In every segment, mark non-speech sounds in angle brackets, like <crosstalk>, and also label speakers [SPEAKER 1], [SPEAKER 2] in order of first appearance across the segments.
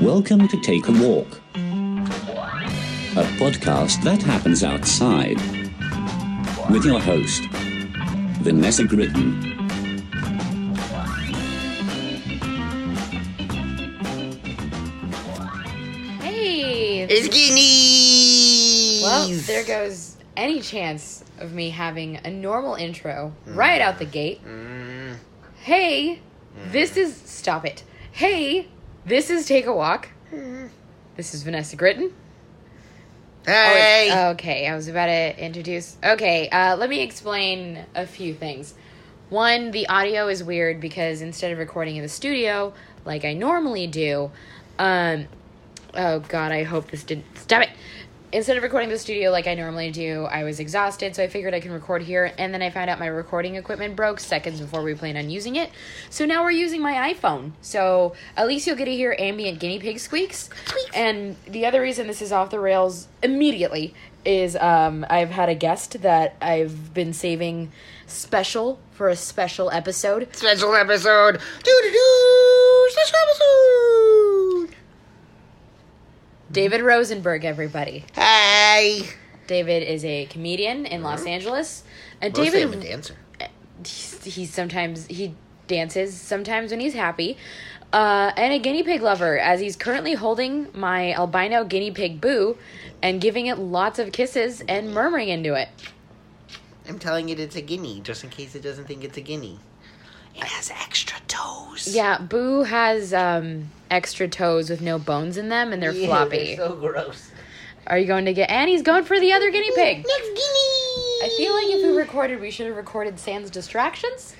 [SPEAKER 1] Welcome to Take a Walk, a podcast that happens outside. With your host, Vanessa Gritton.
[SPEAKER 2] Hey!
[SPEAKER 3] It's guineas.
[SPEAKER 2] Well, there goes any chance of me having a normal intro right out the gate. Hey, this is. Stop it. Hey, this is Take a Walk. This is Vanessa Gritton. Oh,
[SPEAKER 3] Hey.
[SPEAKER 2] wait. okay, I was about to introduce. Okay, uh, let me explain a few things. One, the audio is weird because instead of recording in the studio like I normally do, um, oh god, I hope this didn't. Stop it! Instead of recording in the studio like I normally do, I was exhausted, so I figured I can record here, and then I found out my recording equipment broke seconds before we planned on using it. So now we're using my iPhone. So at least you'll get to hear ambient guinea pig squeaks. And the other reason this is off the rails immediately is um, I've had a guest that I've been saving special for a special episode.
[SPEAKER 3] Special episode. Doo doo doo. Special episode.
[SPEAKER 2] David Rosenberg, everybody.
[SPEAKER 3] Hey.
[SPEAKER 2] David is a comedian in Los Angeles. And
[SPEAKER 3] David, I'm a
[SPEAKER 2] David
[SPEAKER 3] dancer.
[SPEAKER 2] he's, he's sometimes he dances sometimes when he's happy uh, and a guinea pig lover as he's currently holding my albino guinea pig boo and giving it lots of kisses and murmuring into it
[SPEAKER 3] I'm telling it it's a guinea, just in case it doesn't think it's a guinea. It has extra toes. <laughs>
[SPEAKER 2] yeah boo has um, extra toes with no bones in them and they're
[SPEAKER 3] Yeah,
[SPEAKER 2] floppy
[SPEAKER 3] so gross.
[SPEAKER 2] are you going to get and he's going for the other guinea pig
[SPEAKER 3] Next guinea.
[SPEAKER 2] i feel like if we recorded we should have recorded sans distractions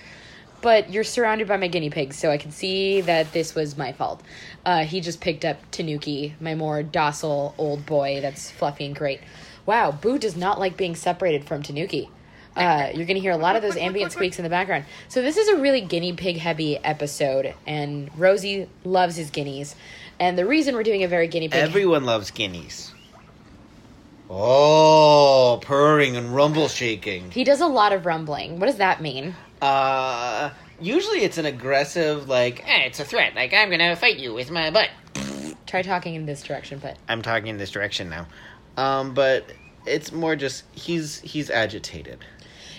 [SPEAKER 2] but you're surrounded by my guinea pigs, so I can see that this was my fault. Uh, he just picked up Tanuki, my more docile old boy that's fluffy and great. Wow, Boo does not like being separated from Tanuki. Uh, you're going to hear a lot of those ambient squeaks in the background. So, this is a really guinea pig heavy episode, and Rosie loves his guineas. And the reason we're doing a very guinea pig
[SPEAKER 3] Everyone loves guineas. Oh, purring and rumble shaking.
[SPEAKER 2] He does a lot of rumbling. What does that mean?
[SPEAKER 3] Uh, usually it's an aggressive, like, eh, it's a threat. Like, I'm gonna fight you with my butt.
[SPEAKER 2] Try talking in this direction, but
[SPEAKER 3] I'm talking in this direction now. Um, but it's more just he's he's agitated.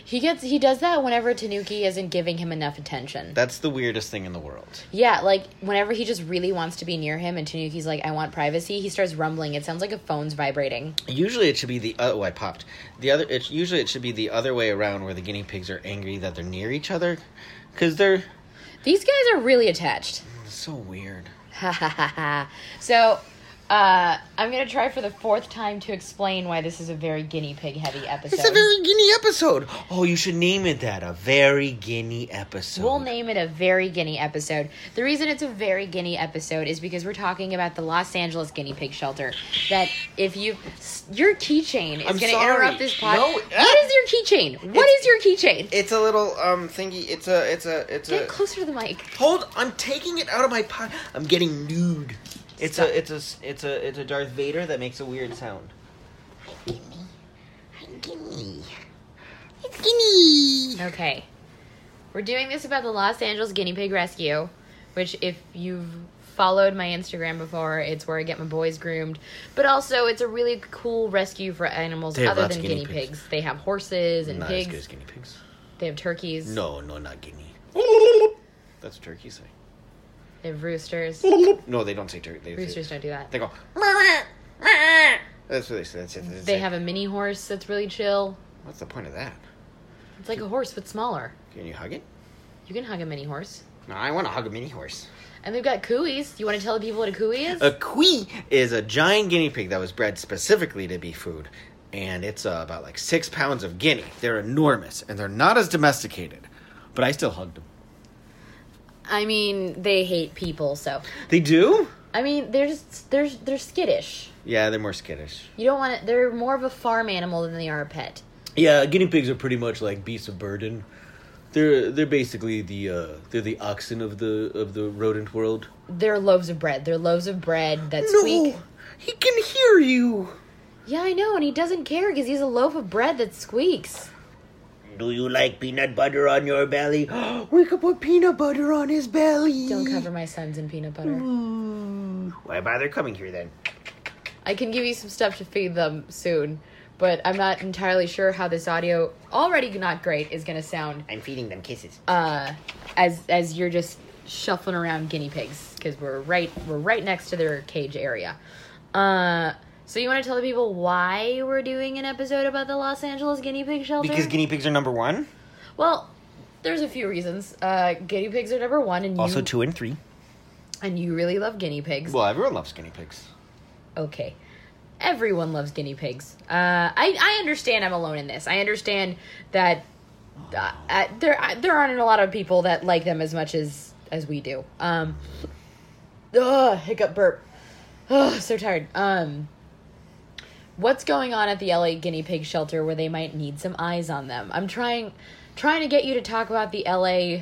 [SPEAKER 2] he gets he does that whenever Tanuki isn't giving him enough attention.
[SPEAKER 3] That's the weirdest thing in the world.
[SPEAKER 2] Yeah, like whenever he just really wants to be near him and Tanuki's like, I want privacy, he starts rumbling. It sounds like a phone's vibrating.
[SPEAKER 3] Usually it should be the oh I popped the other. It usually it should be the other way around where the guinea pigs are angry that they're near each other, because they're
[SPEAKER 2] These guys are really attached.
[SPEAKER 3] so weird.
[SPEAKER 2] Ha ha ha ha. So, uh, I'm going to try for the fourth time to explain why this is a very guinea pig heavy episode.
[SPEAKER 3] It's a very guinea episode. Oh, you should name it that. A very guinea episode.
[SPEAKER 2] We'll name it a very guinea episode. The reason it's a very guinea episode is because we're talking about the Los Angeles guinea pig shelter. That if you your keychain is
[SPEAKER 3] I'm
[SPEAKER 2] going to
[SPEAKER 3] sorry.
[SPEAKER 2] interrupt this podcast.
[SPEAKER 3] No, eh.
[SPEAKER 2] what is your keychain? What is your keychain?
[SPEAKER 3] It's a little um thingy. It's a it's a it's
[SPEAKER 2] Get
[SPEAKER 3] a
[SPEAKER 2] closer to the mic.
[SPEAKER 3] Hold, I'm taking it out of my pocket. I'm getting nude. It's a, it's a, it's a, it's a Darth Vader that makes a weird sound. Gimme, it's gimme.
[SPEAKER 2] Okay. We're doing this about the Los Angeles guinea pig rescue, which if you've followed my Instagram before, it's where I get my boys groomed, but also it's a really cool rescue for animals
[SPEAKER 3] They have
[SPEAKER 2] other
[SPEAKER 3] lots
[SPEAKER 2] than
[SPEAKER 3] of
[SPEAKER 2] guinea,
[SPEAKER 3] guinea
[SPEAKER 2] pigs.
[SPEAKER 3] pigs.
[SPEAKER 2] They have horses and
[SPEAKER 3] Not as good
[SPEAKER 2] pigs.
[SPEAKER 3] as guinea pigs.
[SPEAKER 2] They have turkeys.
[SPEAKER 3] No, no, not guinea. That's what turkeys say.
[SPEAKER 2] They have <laughs> roosters.
[SPEAKER 3] No, they don't say turkey. They,
[SPEAKER 2] Roosters
[SPEAKER 3] say,
[SPEAKER 2] don't do that.
[SPEAKER 3] they go. That's what they say. That's it. That's
[SPEAKER 2] They
[SPEAKER 3] it.
[SPEAKER 2] have a mini horse that's really chill.
[SPEAKER 3] What's the point of that?
[SPEAKER 2] It's like a horse but smaller.
[SPEAKER 3] Can you hug it?
[SPEAKER 2] You can hug a mini horse.
[SPEAKER 3] No, I want to hug a mini horse.
[SPEAKER 2] And they've got cooies. You want to tell the people what a cooey is?
[SPEAKER 3] A kui is a giant guinea pig that was bred specifically to be food, and it's uh, about like six pounds of guinea. They're enormous, and they're not as domesticated, but I still hugged them.
[SPEAKER 2] I mean, they hate people, so
[SPEAKER 3] They do?
[SPEAKER 2] I mean, they're just they're they're skittish.
[SPEAKER 3] Yeah, they're more skittish.
[SPEAKER 2] You don't want to. They're more of a farm animal than they are a pet.
[SPEAKER 3] Yeah, guinea pigs are pretty much like beasts of burden. They're they're basically the uh, they're the oxen of the of the rodent world.
[SPEAKER 2] They're loaves of bread. They're loaves of bread that squeak.
[SPEAKER 3] he can hear you.
[SPEAKER 2] Yeah, I know, and he doesn't care because he's a loaf of bread that squeaks.
[SPEAKER 3] Do you like peanut butter on your <gasps> belly? we could put peanut butter on his belly.
[SPEAKER 2] Don't cover my sons in peanut butter.
[SPEAKER 3] Mm. Ooh, why bother coming here then?
[SPEAKER 2] I can give you some stuff to feed them soon, but I'm not entirely sure how this audio, already not great, is gonna sound
[SPEAKER 3] I'm feeding them kisses.
[SPEAKER 2] uh, as as you're just shuffling around guinea pigs because we're right we're right next to their cage area. Uh, so you want to tell the people why we're doing an episode about the Los Angeles guinea pig shelter?
[SPEAKER 3] because guinea pigs are number one,
[SPEAKER 2] well, there's a few reasons. Uh, guinea pigs are number one, and
[SPEAKER 3] also
[SPEAKER 2] you
[SPEAKER 3] two and three.
[SPEAKER 2] and you really love guinea pigs.
[SPEAKER 3] Well, everyone loves guinea pigs.
[SPEAKER 2] okay. Everyone loves guinea pigs. Uh, I I understand I'm alone in this. I understand that uh, uh, there I, there aren't a lot of people that like them as much as as we do. Um, ugh, hiccup burp. Oh, so tired. Um, what's going on at the LA guinea pig shelter where they might need some eyes on them? I'm trying trying to get you to talk about the LA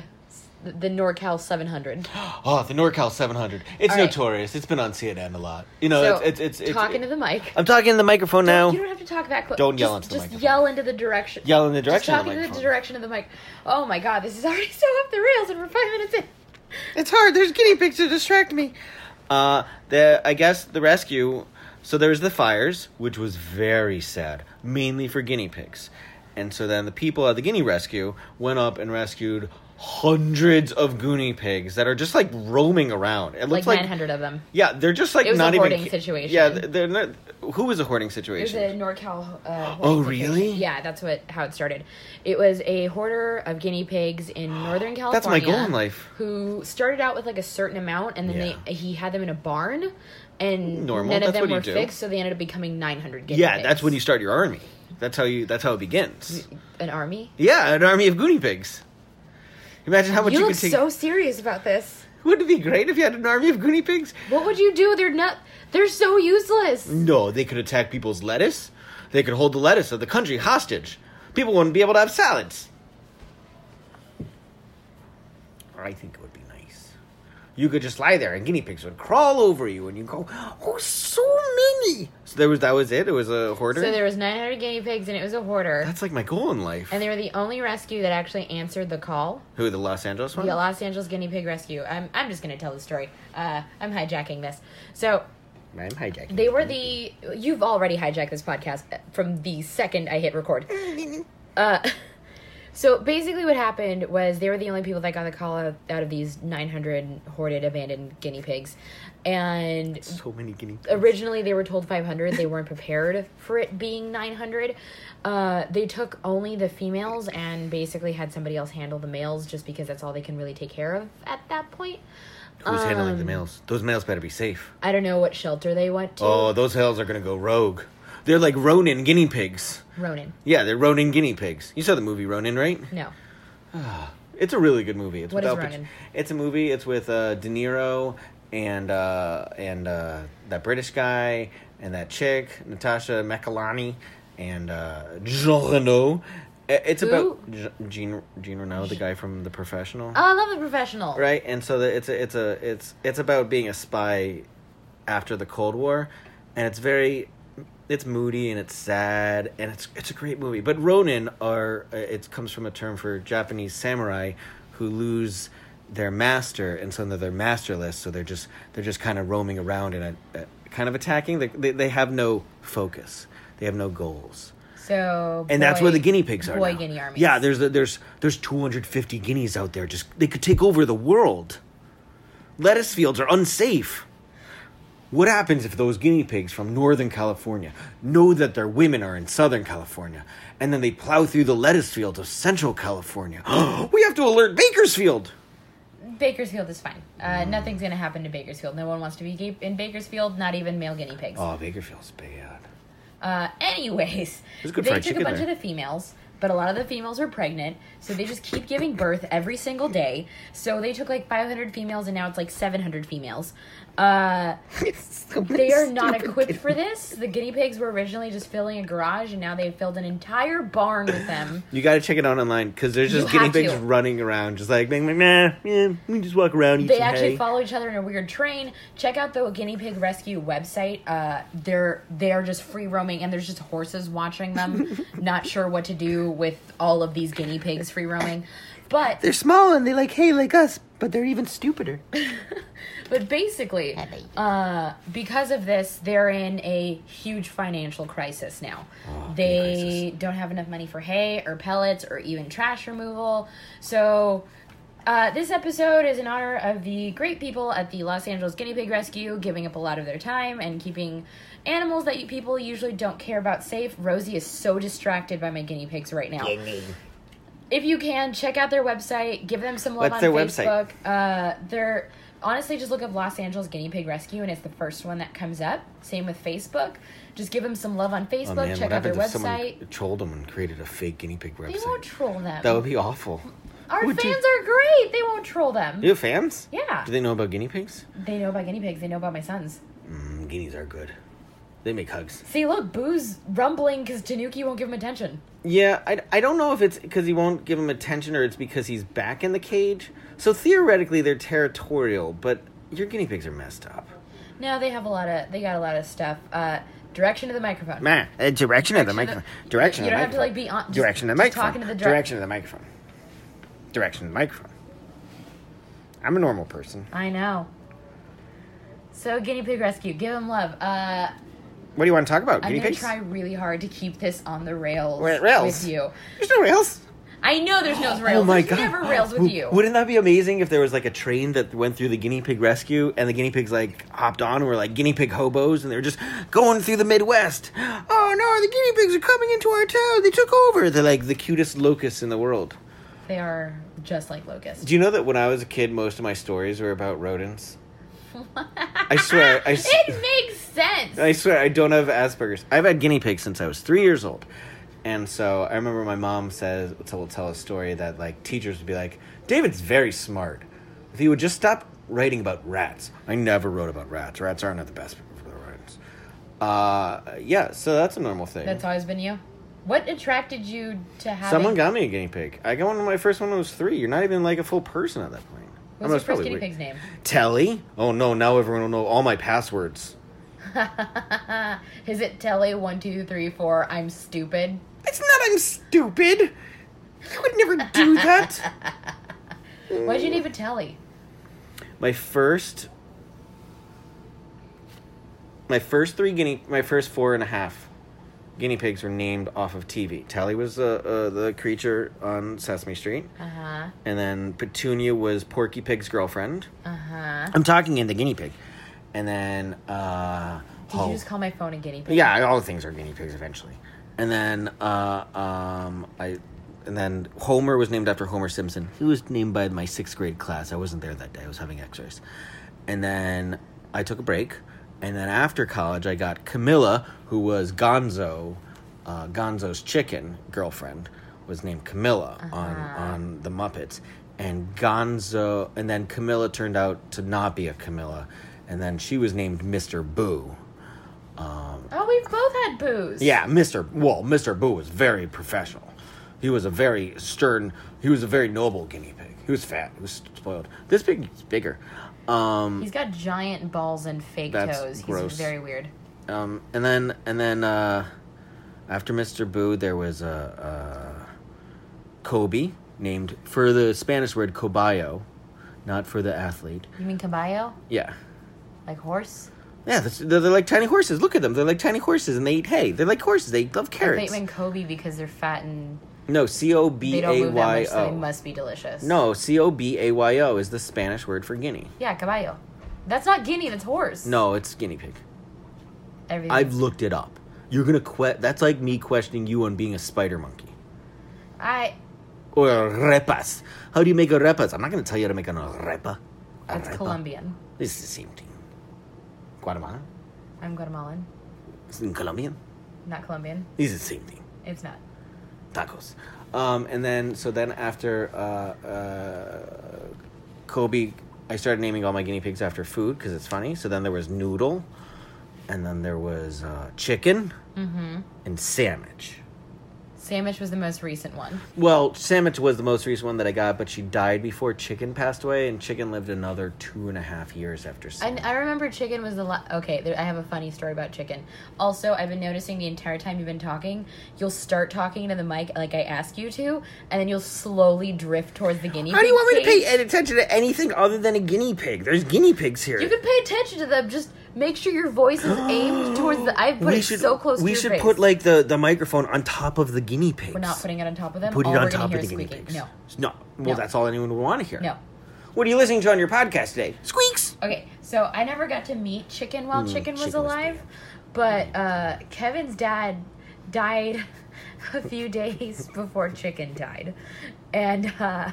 [SPEAKER 2] the NorCal 700.
[SPEAKER 3] Oh, the NorCal 700. It's
[SPEAKER 2] All right.
[SPEAKER 3] notorious. It's been on CNN a lot. You know,
[SPEAKER 2] so
[SPEAKER 3] it's it's it's, it's
[SPEAKER 2] talking
[SPEAKER 3] it-
[SPEAKER 2] to the mic.
[SPEAKER 3] I'm talking in the microphone now.
[SPEAKER 2] You don't have to talk that close.
[SPEAKER 3] Don't yell
[SPEAKER 2] just,
[SPEAKER 3] into the
[SPEAKER 2] Just
[SPEAKER 3] microphone.
[SPEAKER 2] yell into the direction.
[SPEAKER 3] Yell in the
[SPEAKER 2] Just
[SPEAKER 3] direction of the
[SPEAKER 2] talking to the
[SPEAKER 3] microphone.
[SPEAKER 2] direction of the mic. Oh my god, this is already so up the rails, and we're five minutes in.
[SPEAKER 3] It's hard. There's guinea pigs to distract me. Uh, the I guess the rescue. So there was the fires, which was very sad, mainly for guinea pigs. And so then the people at the guinea rescue went up and rescued hundreds of guinea pigs that are just like roaming around. It
[SPEAKER 2] Like,
[SPEAKER 3] looks like,
[SPEAKER 2] 900 of them.
[SPEAKER 3] yeah, they're just like
[SPEAKER 2] It was a
[SPEAKER 3] not even
[SPEAKER 2] hoarding
[SPEAKER 3] ki-
[SPEAKER 2] situation.
[SPEAKER 3] Yeah, th- they're not. Who was a hoarding
[SPEAKER 2] It was
[SPEAKER 3] situation?
[SPEAKER 2] a NorCal. Uh,
[SPEAKER 3] Oh,
[SPEAKER 2] hoarding situation.
[SPEAKER 3] really?
[SPEAKER 2] Yeah, that's what how it started. It was a hoarder of guinea pigs
[SPEAKER 3] <gasps>
[SPEAKER 2] in Northern California.
[SPEAKER 3] That's my goal in life.
[SPEAKER 2] Who started out with like a certain amount, and then
[SPEAKER 3] Yeah.
[SPEAKER 2] they he had them in a barn, and
[SPEAKER 3] Normal,
[SPEAKER 2] none
[SPEAKER 3] that's
[SPEAKER 2] of them
[SPEAKER 3] what you
[SPEAKER 2] were
[SPEAKER 3] do.
[SPEAKER 2] fixed, so they ended up becoming 900 guinea
[SPEAKER 3] yeah,
[SPEAKER 2] pigs.
[SPEAKER 3] that's when you start your army. That's how you. That's how it begins.
[SPEAKER 2] an army.
[SPEAKER 3] Yeah, an army of guinea pigs. Imagine how much
[SPEAKER 2] you,
[SPEAKER 3] you,
[SPEAKER 2] look
[SPEAKER 3] could take.
[SPEAKER 2] so serious about this.
[SPEAKER 3] Wouldn't it be great if you had an army of guinea pigs?
[SPEAKER 2] What would you do? They're not. They're so useless.
[SPEAKER 3] No, they could attack people's lettuce. They could hold the lettuce of the country hostage. People wouldn't be able to have salads. I think it would be nice. You could just lie there, and guinea pigs would crawl over you, and you go, "Oh, so many!" So there was that was it. It was a hoarder.
[SPEAKER 2] So there was 900 guinea pigs, and it was a hoarder.
[SPEAKER 3] Mm-hmm. That's like my goal in life.
[SPEAKER 2] and they were the only rescue that actually answered the call.
[SPEAKER 3] Who the Los Angeles one?
[SPEAKER 2] The Los Angeles Guinea Pig Rescue. I'm, I'm just going to tell the story. Uh, I'm hijacking this. So
[SPEAKER 3] I'm hijacking.
[SPEAKER 2] they were the. You've already hijacked this podcast from the second I hit record. Uh, <laughs> so basically, what happened was they were the only people that got the call out, out of these 900 hoarded, abandoned guinea pigs. And
[SPEAKER 3] so many guinea. pigs.
[SPEAKER 2] originally they were told 500 they weren't prepared for it being 900 uh, they took only the females and basically had somebody else handle the males just because that's all they can really take care of at that point Um,
[SPEAKER 3] Who's handling the males? Those males better be safe.
[SPEAKER 2] i don't know what shelter they went to
[SPEAKER 3] Oh, those hells are gonna go rogue. They're like Ronin guinea pigs.
[SPEAKER 2] ronan
[SPEAKER 3] Yeah, they're Ronin guinea pigs. You saw the movie Ronin, right?
[SPEAKER 2] no
[SPEAKER 3] It's a really good movie. It's
[SPEAKER 2] What is
[SPEAKER 3] without
[SPEAKER 2] Ronin?
[SPEAKER 3] It's a movie. It's with uh, De Niro and uh, and uh, that British guy and that chick Natasha McElhenney and uh, Jean Reno. I- It's
[SPEAKER 2] Who?
[SPEAKER 3] about Je- Jean Jean Reno, the guy from The Professional.
[SPEAKER 2] oh, i love the professional
[SPEAKER 3] right and so the, it's a, it's a it's it's about being a spy after the cold war and it's very it's moody and it's sad and it's it's a great movie but ronin are uh, it comes from a term for japanese samurai who lose their master and so they're masterless so they're just they're just kind of roaming around and uh, uh, kind of attacking they, they they have no focus they have no goals
[SPEAKER 2] so
[SPEAKER 3] and that's
[SPEAKER 2] boy-
[SPEAKER 3] where the guinea pigs are.
[SPEAKER 2] boy
[SPEAKER 3] now.
[SPEAKER 2] guinea armies
[SPEAKER 3] Yeah, there's there's there's 250 guineas out there. Just they could take over the world. Lettuce fields are unsafe. What happens if those guinea pigs from Northern California know that their women are in Southern California, and then they plow through the lettuce fields of Central California? <gasps> we have to alert Bakersfield.
[SPEAKER 2] bakersfield is fine uh,
[SPEAKER 3] Mm.
[SPEAKER 2] nothing's gonna happen to bakersfield no one wants to be ga- in bakersfield not even male guinea pigs
[SPEAKER 3] Oh, Bakerfield's bad.
[SPEAKER 2] Uh, anyways,
[SPEAKER 3] There's good
[SPEAKER 2] they
[SPEAKER 3] fried
[SPEAKER 2] took a
[SPEAKER 3] chicken
[SPEAKER 2] bunch
[SPEAKER 3] there.
[SPEAKER 2] of the females, but a lot of the females were pregnant, so they just keep giving birth every single day. So they took like 500 females, and now it's like 700 females. Uh, they are not equipped for this. The guinea pigs were originally just filling a garage, and now they've filled an entire barn with
[SPEAKER 3] <laughs>
[SPEAKER 2] them.
[SPEAKER 3] You got to check it out online because there's
[SPEAKER 2] You
[SPEAKER 3] just guinea
[SPEAKER 2] have to.
[SPEAKER 3] pigs running around, just like, nah, nah, yeah, we just walk around, eat
[SPEAKER 2] They
[SPEAKER 3] some
[SPEAKER 2] actually
[SPEAKER 3] hay.
[SPEAKER 2] follow each other in a weird train. Check out the guinea pig rescue website. Uh, they're they are just free roaming, and there's just horses watching them, not sure what to do, with all of these guinea pigs free roaming. But
[SPEAKER 3] They're small and they like hey like us, but they're even stupider.
[SPEAKER 2] but basically, uh, because of this, they're in a huge financial crisis now. they don't have enough money for hay or pellets or even trash removal. So, uh, this episode is in honor of the great people at the Los Angeles Guinea Pig Rescue giving up a lot of their time and keeping animals that you, people usually don't care about safe. Rosie is so distracted by my guinea pigs right now if you can check out their website give them some love
[SPEAKER 3] What's
[SPEAKER 2] on
[SPEAKER 3] their
[SPEAKER 2] facebook
[SPEAKER 3] website?
[SPEAKER 2] uh they're honestly just look up los angeles guinea pig rescue and it's the first one that comes up same with facebook just give them some love on facebook
[SPEAKER 3] Oh man,
[SPEAKER 2] check
[SPEAKER 3] what
[SPEAKER 2] out their
[SPEAKER 3] happens if
[SPEAKER 2] website
[SPEAKER 3] someone trolled them and created a fake guinea pig
[SPEAKER 2] they won't
[SPEAKER 3] website?
[SPEAKER 2] troll them
[SPEAKER 3] That would be awful.
[SPEAKER 2] our
[SPEAKER 3] would
[SPEAKER 2] fans
[SPEAKER 3] you-
[SPEAKER 2] are great they won't troll them
[SPEAKER 3] Do you have fans?
[SPEAKER 2] Yeah.
[SPEAKER 3] Do they know about guinea pigs?
[SPEAKER 2] they know about guinea pigs they know about my sons
[SPEAKER 3] Mm, guineas are good. They make hugs.
[SPEAKER 2] see look boo's rumbling because tanuki won't give him attention
[SPEAKER 3] Yeah, I, I don't know if it's because he won't give him attention or it's because he's back in the cage. So theoretically, they're territorial, but your guinea pigs are messed up.
[SPEAKER 2] no they have a lot of they got a lot of stuff uh direction to the microphone
[SPEAKER 3] Man, uh, direction of the microphone. Direction.
[SPEAKER 2] you
[SPEAKER 3] of the
[SPEAKER 2] don't have to,
[SPEAKER 3] microphone.
[SPEAKER 2] like, be on- just-
[SPEAKER 3] direction of the
[SPEAKER 2] just
[SPEAKER 3] microphone.
[SPEAKER 2] talking to the dir-
[SPEAKER 3] direction of the microphone. Direction of the microphone. I'm a normal person.
[SPEAKER 2] i know so guinea pig rescue give them love uh
[SPEAKER 3] What do you want to talk about?
[SPEAKER 2] I'm
[SPEAKER 3] guinea
[SPEAKER 2] gonna
[SPEAKER 3] pigs.
[SPEAKER 2] try really hard to keep this on the rails,
[SPEAKER 3] We're at rails.
[SPEAKER 2] with you.
[SPEAKER 3] There's no rails.
[SPEAKER 2] I know there's no rails.
[SPEAKER 3] <gasps> Oh my
[SPEAKER 2] there's
[SPEAKER 3] god!
[SPEAKER 2] Never rails with
[SPEAKER 3] W-
[SPEAKER 2] you.
[SPEAKER 3] Wouldn't that be amazing if there was like a train that went through the guinea pig rescue and the guinea pigs like hopped on and were like guinea pig hobos and they were just going through the Midwest? Oh no! The guinea pigs are coming into our town. They took over. They're like the cutest locusts in the world.
[SPEAKER 2] They are just like locusts.
[SPEAKER 3] Do you know that when I was a kid, most of my stories were about rodents? I swear, I, s-
[SPEAKER 2] it makes sense.
[SPEAKER 3] I swear, I don't have Asperger's. I've had guinea pigs since I was three years old, and so I remember my mom says so will tell a story that like teachers would be like, "David's very smart. If he would just stop writing about rats." I never wrote about rats. Rats aren't the best for the rodents. Uh, yeah, so that's a normal thing.
[SPEAKER 2] That's always been you. What attracted you to having?
[SPEAKER 3] Someone got me a guinea pig. I got one. My first one when I was three. You're not even like a full person at that point. I
[SPEAKER 2] What's
[SPEAKER 3] mean,
[SPEAKER 2] your
[SPEAKER 3] it's
[SPEAKER 2] first guinea
[SPEAKER 3] probably weird.
[SPEAKER 2] pig's name?
[SPEAKER 3] Telly? Oh no, now everyone will know all my passwords.
[SPEAKER 2] Is it Telly? One, two, three, four. I'm stupid.
[SPEAKER 3] It's not I'm stupid. I would never do that.
[SPEAKER 2] <laughs> Why'd you name it Telly?
[SPEAKER 3] my first My first three guinea my first four and a half guinea pigs were named off of TV. Telly was uh, uh, the creature on Sesame Street.
[SPEAKER 2] Uh huh.
[SPEAKER 3] And then Petunia was Porky Pig's girlfriend.
[SPEAKER 2] Uh huh.
[SPEAKER 3] I'm talking in the guinea pig. And then uh
[SPEAKER 2] Did
[SPEAKER 3] Hulk.
[SPEAKER 2] you just call my phone a guinea pig?
[SPEAKER 3] Yeah, all the things are guinea pigs eventually. And then uh, um, I, and then Homer was named after Homer Simpson. He was named by my sixth grade class. I wasn't there that day. I was having X-rays. And then I took a break. And then after college, I got Camilla, who was Gonzo, uh, Gonzo's chicken girlfriend, was named Camilla on on the Muppets. And Gonzo, and then Camilla turned out to not be a Camilla, and then she was named Mr. Boo.
[SPEAKER 2] Oh, we've both had booze.
[SPEAKER 3] Yeah, Mr. Well, Mr. Boo was very professional. He was a very stern. He was a very noble guinea pig. He was fat. He was spoiled. This pig is bigger. Um,
[SPEAKER 2] He's got giant balls and fake
[SPEAKER 3] That's
[SPEAKER 2] toes. He's
[SPEAKER 3] gross.
[SPEAKER 2] very weird.
[SPEAKER 3] um, and then and then uh, after Mr. Boo, there was a, uh Kobe named for the Spanish word cobayo, not for the athlete.
[SPEAKER 2] You mean caballo?
[SPEAKER 3] Yeah.
[SPEAKER 2] Like horse?
[SPEAKER 3] Yeah, that's, they're, they're like tiny horses. Look at them. They're like tiny horses, and they eat hay. They're like horses. They love
[SPEAKER 2] They
[SPEAKER 3] carrots.
[SPEAKER 2] meant Kobe because they're fat and
[SPEAKER 3] No, C O
[SPEAKER 2] they
[SPEAKER 3] B
[SPEAKER 2] don't
[SPEAKER 3] A
[SPEAKER 2] move that
[SPEAKER 3] Y
[SPEAKER 2] much, so they
[SPEAKER 3] O.
[SPEAKER 2] must be delicious.
[SPEAKER 3] No, C O B A Y O is the Spanish word for guinea.
[SPEAKER 2] Yeah, caballo. That's not guinea, that's horse.
[SPEAKER 3] No, it's guinea pig.
[SPEAKER 2] Everything.
[SPEAKER 3] I've looked it up. You're gonna que- That's like me questioning you on being a spider monkey
[SPEAKER 2] I.
[SPEAKER 3] or a repas. How do you make a repas? I'm not gonna tell you how to make an arepa. A
[SPEAKER 2] That's
[SPEAKER 3] repa.
[SPEAKER 2] Colombian.
[SPEAKER 3] It's the same thing. Guatemala.
[SPEAKER 2] I'm Guatemalan,
[SPEAKER 3] It's in Colombian.
[SPEAKER 2] not Colombian.
[SPEAKER 3] It's the same thing.
[SPEAKER 2] It's not.
[SPEAKER 3] tacos. Um, and then so then after uh, uh, Kobe, I started naming all my guinea pigs after food because it's funny. So then there was noodle,
[SPEAKER 2] Mm-hmm.
[SPEAKER 3] and then there was uh, chicken, and sandwich.
[SPEAKER 2] Sandwich was the most recent one.
[SPEAKER 3] Well, Sandwich was the most recent one that I got, but she died before Chicken passed away, and Chicken lived another two and a half years after
[SPEAKER 2] I,
[SPEAKER 3] Sandwich.
[SPEAKER 2] I remember chicken was the la- okay. There, I have a funny story about chicken. Also, I've been noticing the entire time you've been talking, you'll start talking to the mic like I ask you to, and then you'll slowly drift towards the guinea.
[SPEAKER 3] How do you
[SPEAKER 2] pig
[SPEAKER 3] want me to
[SPEAKER 2] stage.
[SPEAKER 3] pay attention to anything other than a guinea pig? There's guinea pigs here.
[SPEAKER 2] You can pay attention to them. Just make sure your voice is
[SPEAKER 3] <gasps>
[SPEAKER 2] aimed towards the. I put it so close.
[SPEAKER 3] We
[SPEAKER 2] to your
[SPEAKER 3] should
[SPEAKER 2] face.
[SPEAKER 3] put like the, the microphone on top of the guinea pigs.
[SPEAKER 2] We're not putting it on top of them.
[SPEAKER 3] put it
[SPEAKER 2] All
[SPEAKER 3] on
[SPEAKER 2] we're gonna
[SPEAKER 3] top
[SPEAKER 2] hear
[SPEAKER 3] of the
[SPEAKER 2] is
[SPEAKER 3] guinea
[SPEAKER 2] squeaking.
[SPEAKER 3] pigs.
[SPEAKER 2] No,
[SPEAKER 3] No.
[SPEAKER 2] No.
[SPEAKER 3] Well, that's all anyone would want to hear.
[SPEAKER 2] no.
[SPEAKER 3] What are you listening to on your podcast today? Squeaks.
[SPEAKER 2] Okay, so I never got to meet Chicken while Chicken was
[SPEAKER 3] Mm, Chicken was
[SPEAKER 2] alive, but uh, Kevin's dad died <laughs> a few days before Chicken died. And uh,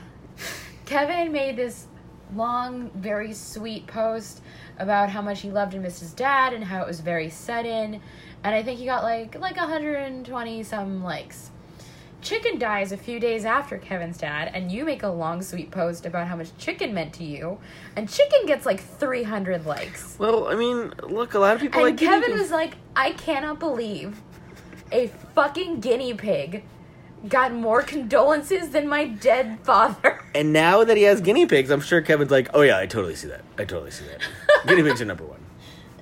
[SPEAKER 2] Kevin made this long, very sweet post about how much he loved and missed his dad and how it was very sudden. And I think he got like like 120 some likes. Chicken dies a few days after Kevin's dad, and you make a long, sweet post about how much chicken meant to you, and chicken gets like 300 likes.
[SPEAKER 3] Well, I mean, look, a lot of people
[SPEAKER 2] and
[SPEAKER 3] like guinea
[SPEAKER 2] Kevin
[SPEAKER 3] pigs.
[SPEAKER 2] was like, I cannot believe a fucking guinea pig got more condolences than my dead father. <laughs>
[SPEAKER 3] And now that he has guinea pigs, I'm sure Kevin's like, oh yeah, I totally see that. I totally
[SPEAKER 2] <laughs>
[SPEAKER 3] see that. guinea pigs are number one.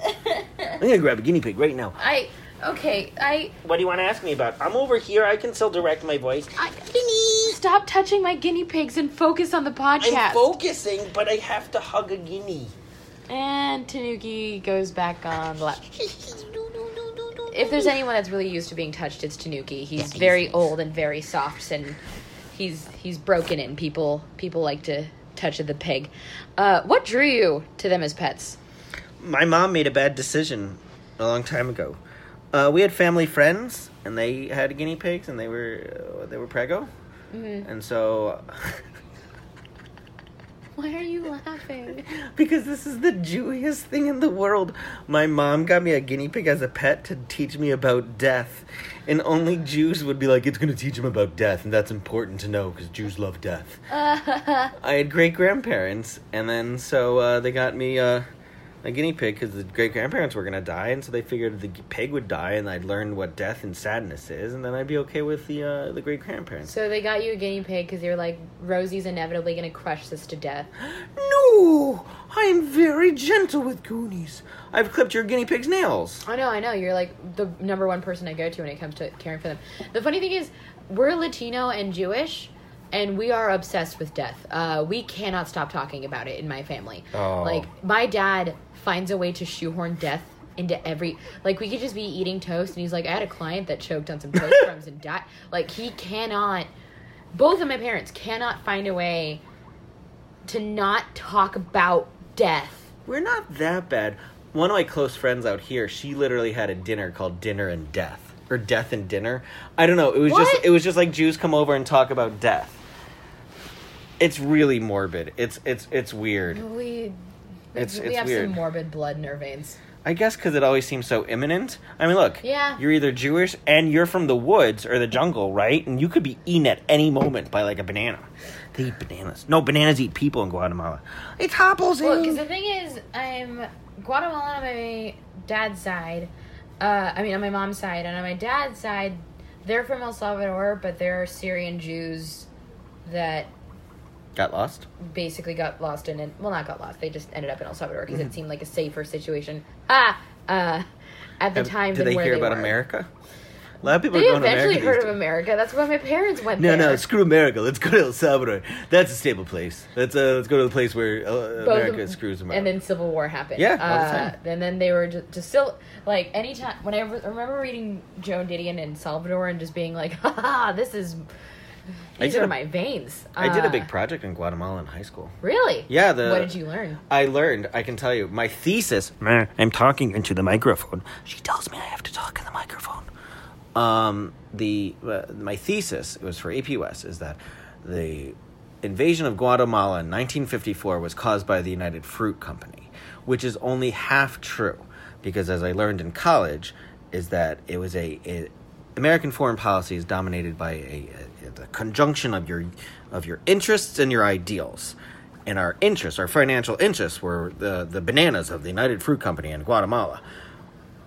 [SPEAKER 3] I'm gonna grab a guinea pig right now.
[SPEAKER 2] I, okay, I,
[SPEAKER 3] What do you want to ask me about? I'm over here. I can still direct my voice.
[SPEAKER 2] I, stop touching my guinea pigs and focus on the
[SPEAKER 3] I'm
[SPEAKER 2] podcast.
[SPEAKER 3] focusing, but I have to hug a guinea. <laughs>
[SPEAKER 2] and Tanuki goes back on the lap. if there's anyone that's really used to being touched, it's Tanuki. He's very old and very soft, and he's he's broken in. People people like to touch the pig. Uh, what drew you to them as pets?
[SPEAKER 3] my mom made a bad decision a long time ago. Uh, we had family friends, and they had guinea pigs, and they were uh, they were prego, and so <laughs>
[SPEAKER 2] Why are you laughing?
[SPEAKER 3] because this is the Jewiest thing in the world, my mom got me a guinea pig as a pet to teach me about death, and only Jews would be like, it's going to teach them about death, and that's important to know because Jews love death. I had great grandparents, and then so uh, they got me uh, a guinea pig because the great grandparents were gonna die, and so they figured the g- pig would die, and I'd learn what death and sadness is, and then I'd be okay with the uh, the great grandparents.
[SPEAKER 2] So they got you a guinea pig because they were like, Rosie's inevitably gonna crush this to death.
[SPEAKER 3] No, I am very gentle with Goonies. I've clipped your guinea pig's nails.
[SPEAKER 2] I know, I know. You're like the number one person I go to when it comes to caring for them. The funny thing is, we're Latino and Jewish, and we are obsessed with death. Uh, we cannot stop talking about it in my family.
[SPEAKER 3] Oh.
[SPEAKER 2] Like my dad finds a way to shoehorn death into every. Like we could just be eating toast, and he's like, "I had a client that choked on some toast crumbs and died." Like he cannot. Both of my parents cannot find a way to not talk about death.
[SPEAKER 3] We're not that bad. One of my close friends out here, she literally had a dinner called Dinner and Death or Death and Dinner. I don't know. It was just
[SPEAKER 2] What?
[SPEAKER 3] it was just like Jews come over and talk about death. It's really morbid. It's it's it's weird.
[SPEAKER 2] We.
[SPEAKER 3] It's-
[SPEAKER 2] we
[SPEAKER 3] it's
[SPEAKER 2] have
[SPEAKER 3] weird.
[SPEAKER 2] some morbid blood in our veins.
[SPEAKER 3] I guess because it always seems so imminent. I mean, look,
[SPEAKER 2] Yeah.
[SPEAKER 3] you're either Jewish and you're from the woods or the jungle, right? And you could be eaten at any moment by like a banana. They eat bananas. No, bananas eat people in Guatemala. It topples
[SPEAKER 2] Well,
[SPEAKER 3] in.
[SPEAKER 2] because the thing is, I'm Guatemalan on my dad's side. Uh, I mean, on my mom's side, and on my dad's side, they're from El Salvador, but there are Syrian Jews that
[SPEAKER 3] Got lost.
[SPEAKER 2] basically got lost in, well, not got lost. They just ended up in El Salvador
[SPEAKER 3] Mm-hmm.
[SPEAKER 2] because it seemed like a safer situation. Ah, uh, at the time
[SPEAKER 3] Did
[SPEAKER 2] than
[SPEAKER 3] they
[SPEAKER 2] where
[SPEAKER 3] hear about
[SPEAKER 2] were.
[SPEAKER 3] America? A lot of people
[SPEAKER 2] They
[SPEAKER 3] are going to America.
[SPEAKER 2] eventually heard
[SPEAKER 3] these
[SPEAKER 2] of
[SPEAKER 3] days.
[SPEAKER 2] America. That's why my parents went
[SPEAKER 3] No,
[SPEAKER 2] there.
[SPEAKER 3] no, screw America. Let's go to El Salvador. That's a stable place. Let's uh, let's go to the place where uh,
[SPEAKER 2] Both of-
[SPEAKER 3] America screws America.
[SPEAKER 2] And then Civil War happened.
[SPEAKER 3] Yeah, all the time.
[SPEAKER 2] Uh, and then they were just, just still like anytime when I re- remember reading Joan Didion in Salvador and just being like, <laughs> "Ha ha, this is
[SPEAKER 3] I
[SPEAKER 2] these
[SPEAKER 3] did
[SPEAKER 2] are
[SPEAKER 3] a-
[SPEAKER 2] my veins."
[SPEAKER 3] I did a
[SPEAKER 2] Uh,
[SPEAKER 3] big project in Guatemala in high school.
[SPEAKER 2] really.
[SPEAKER 3] Yeah, the-
[SPEAKER 2] what did you learn?
[SPEAKER 3] I learned, I can tell you, my thesis. Meh, I'm talking into the microphone. She tells me I have to talk in the microphone. Um, the uh, my thesis it was for APUS is that the invasion of Guatemala in 1954 was caused by the United Fruit Company, which is only half true, because as I learned in college, is that it was a, a American foreign policy is dominated by a, a, the conjunction of your of your interests and your ideals and our interests, our financial interests, were the, the bananas of the United Fruit Company in Guatemala.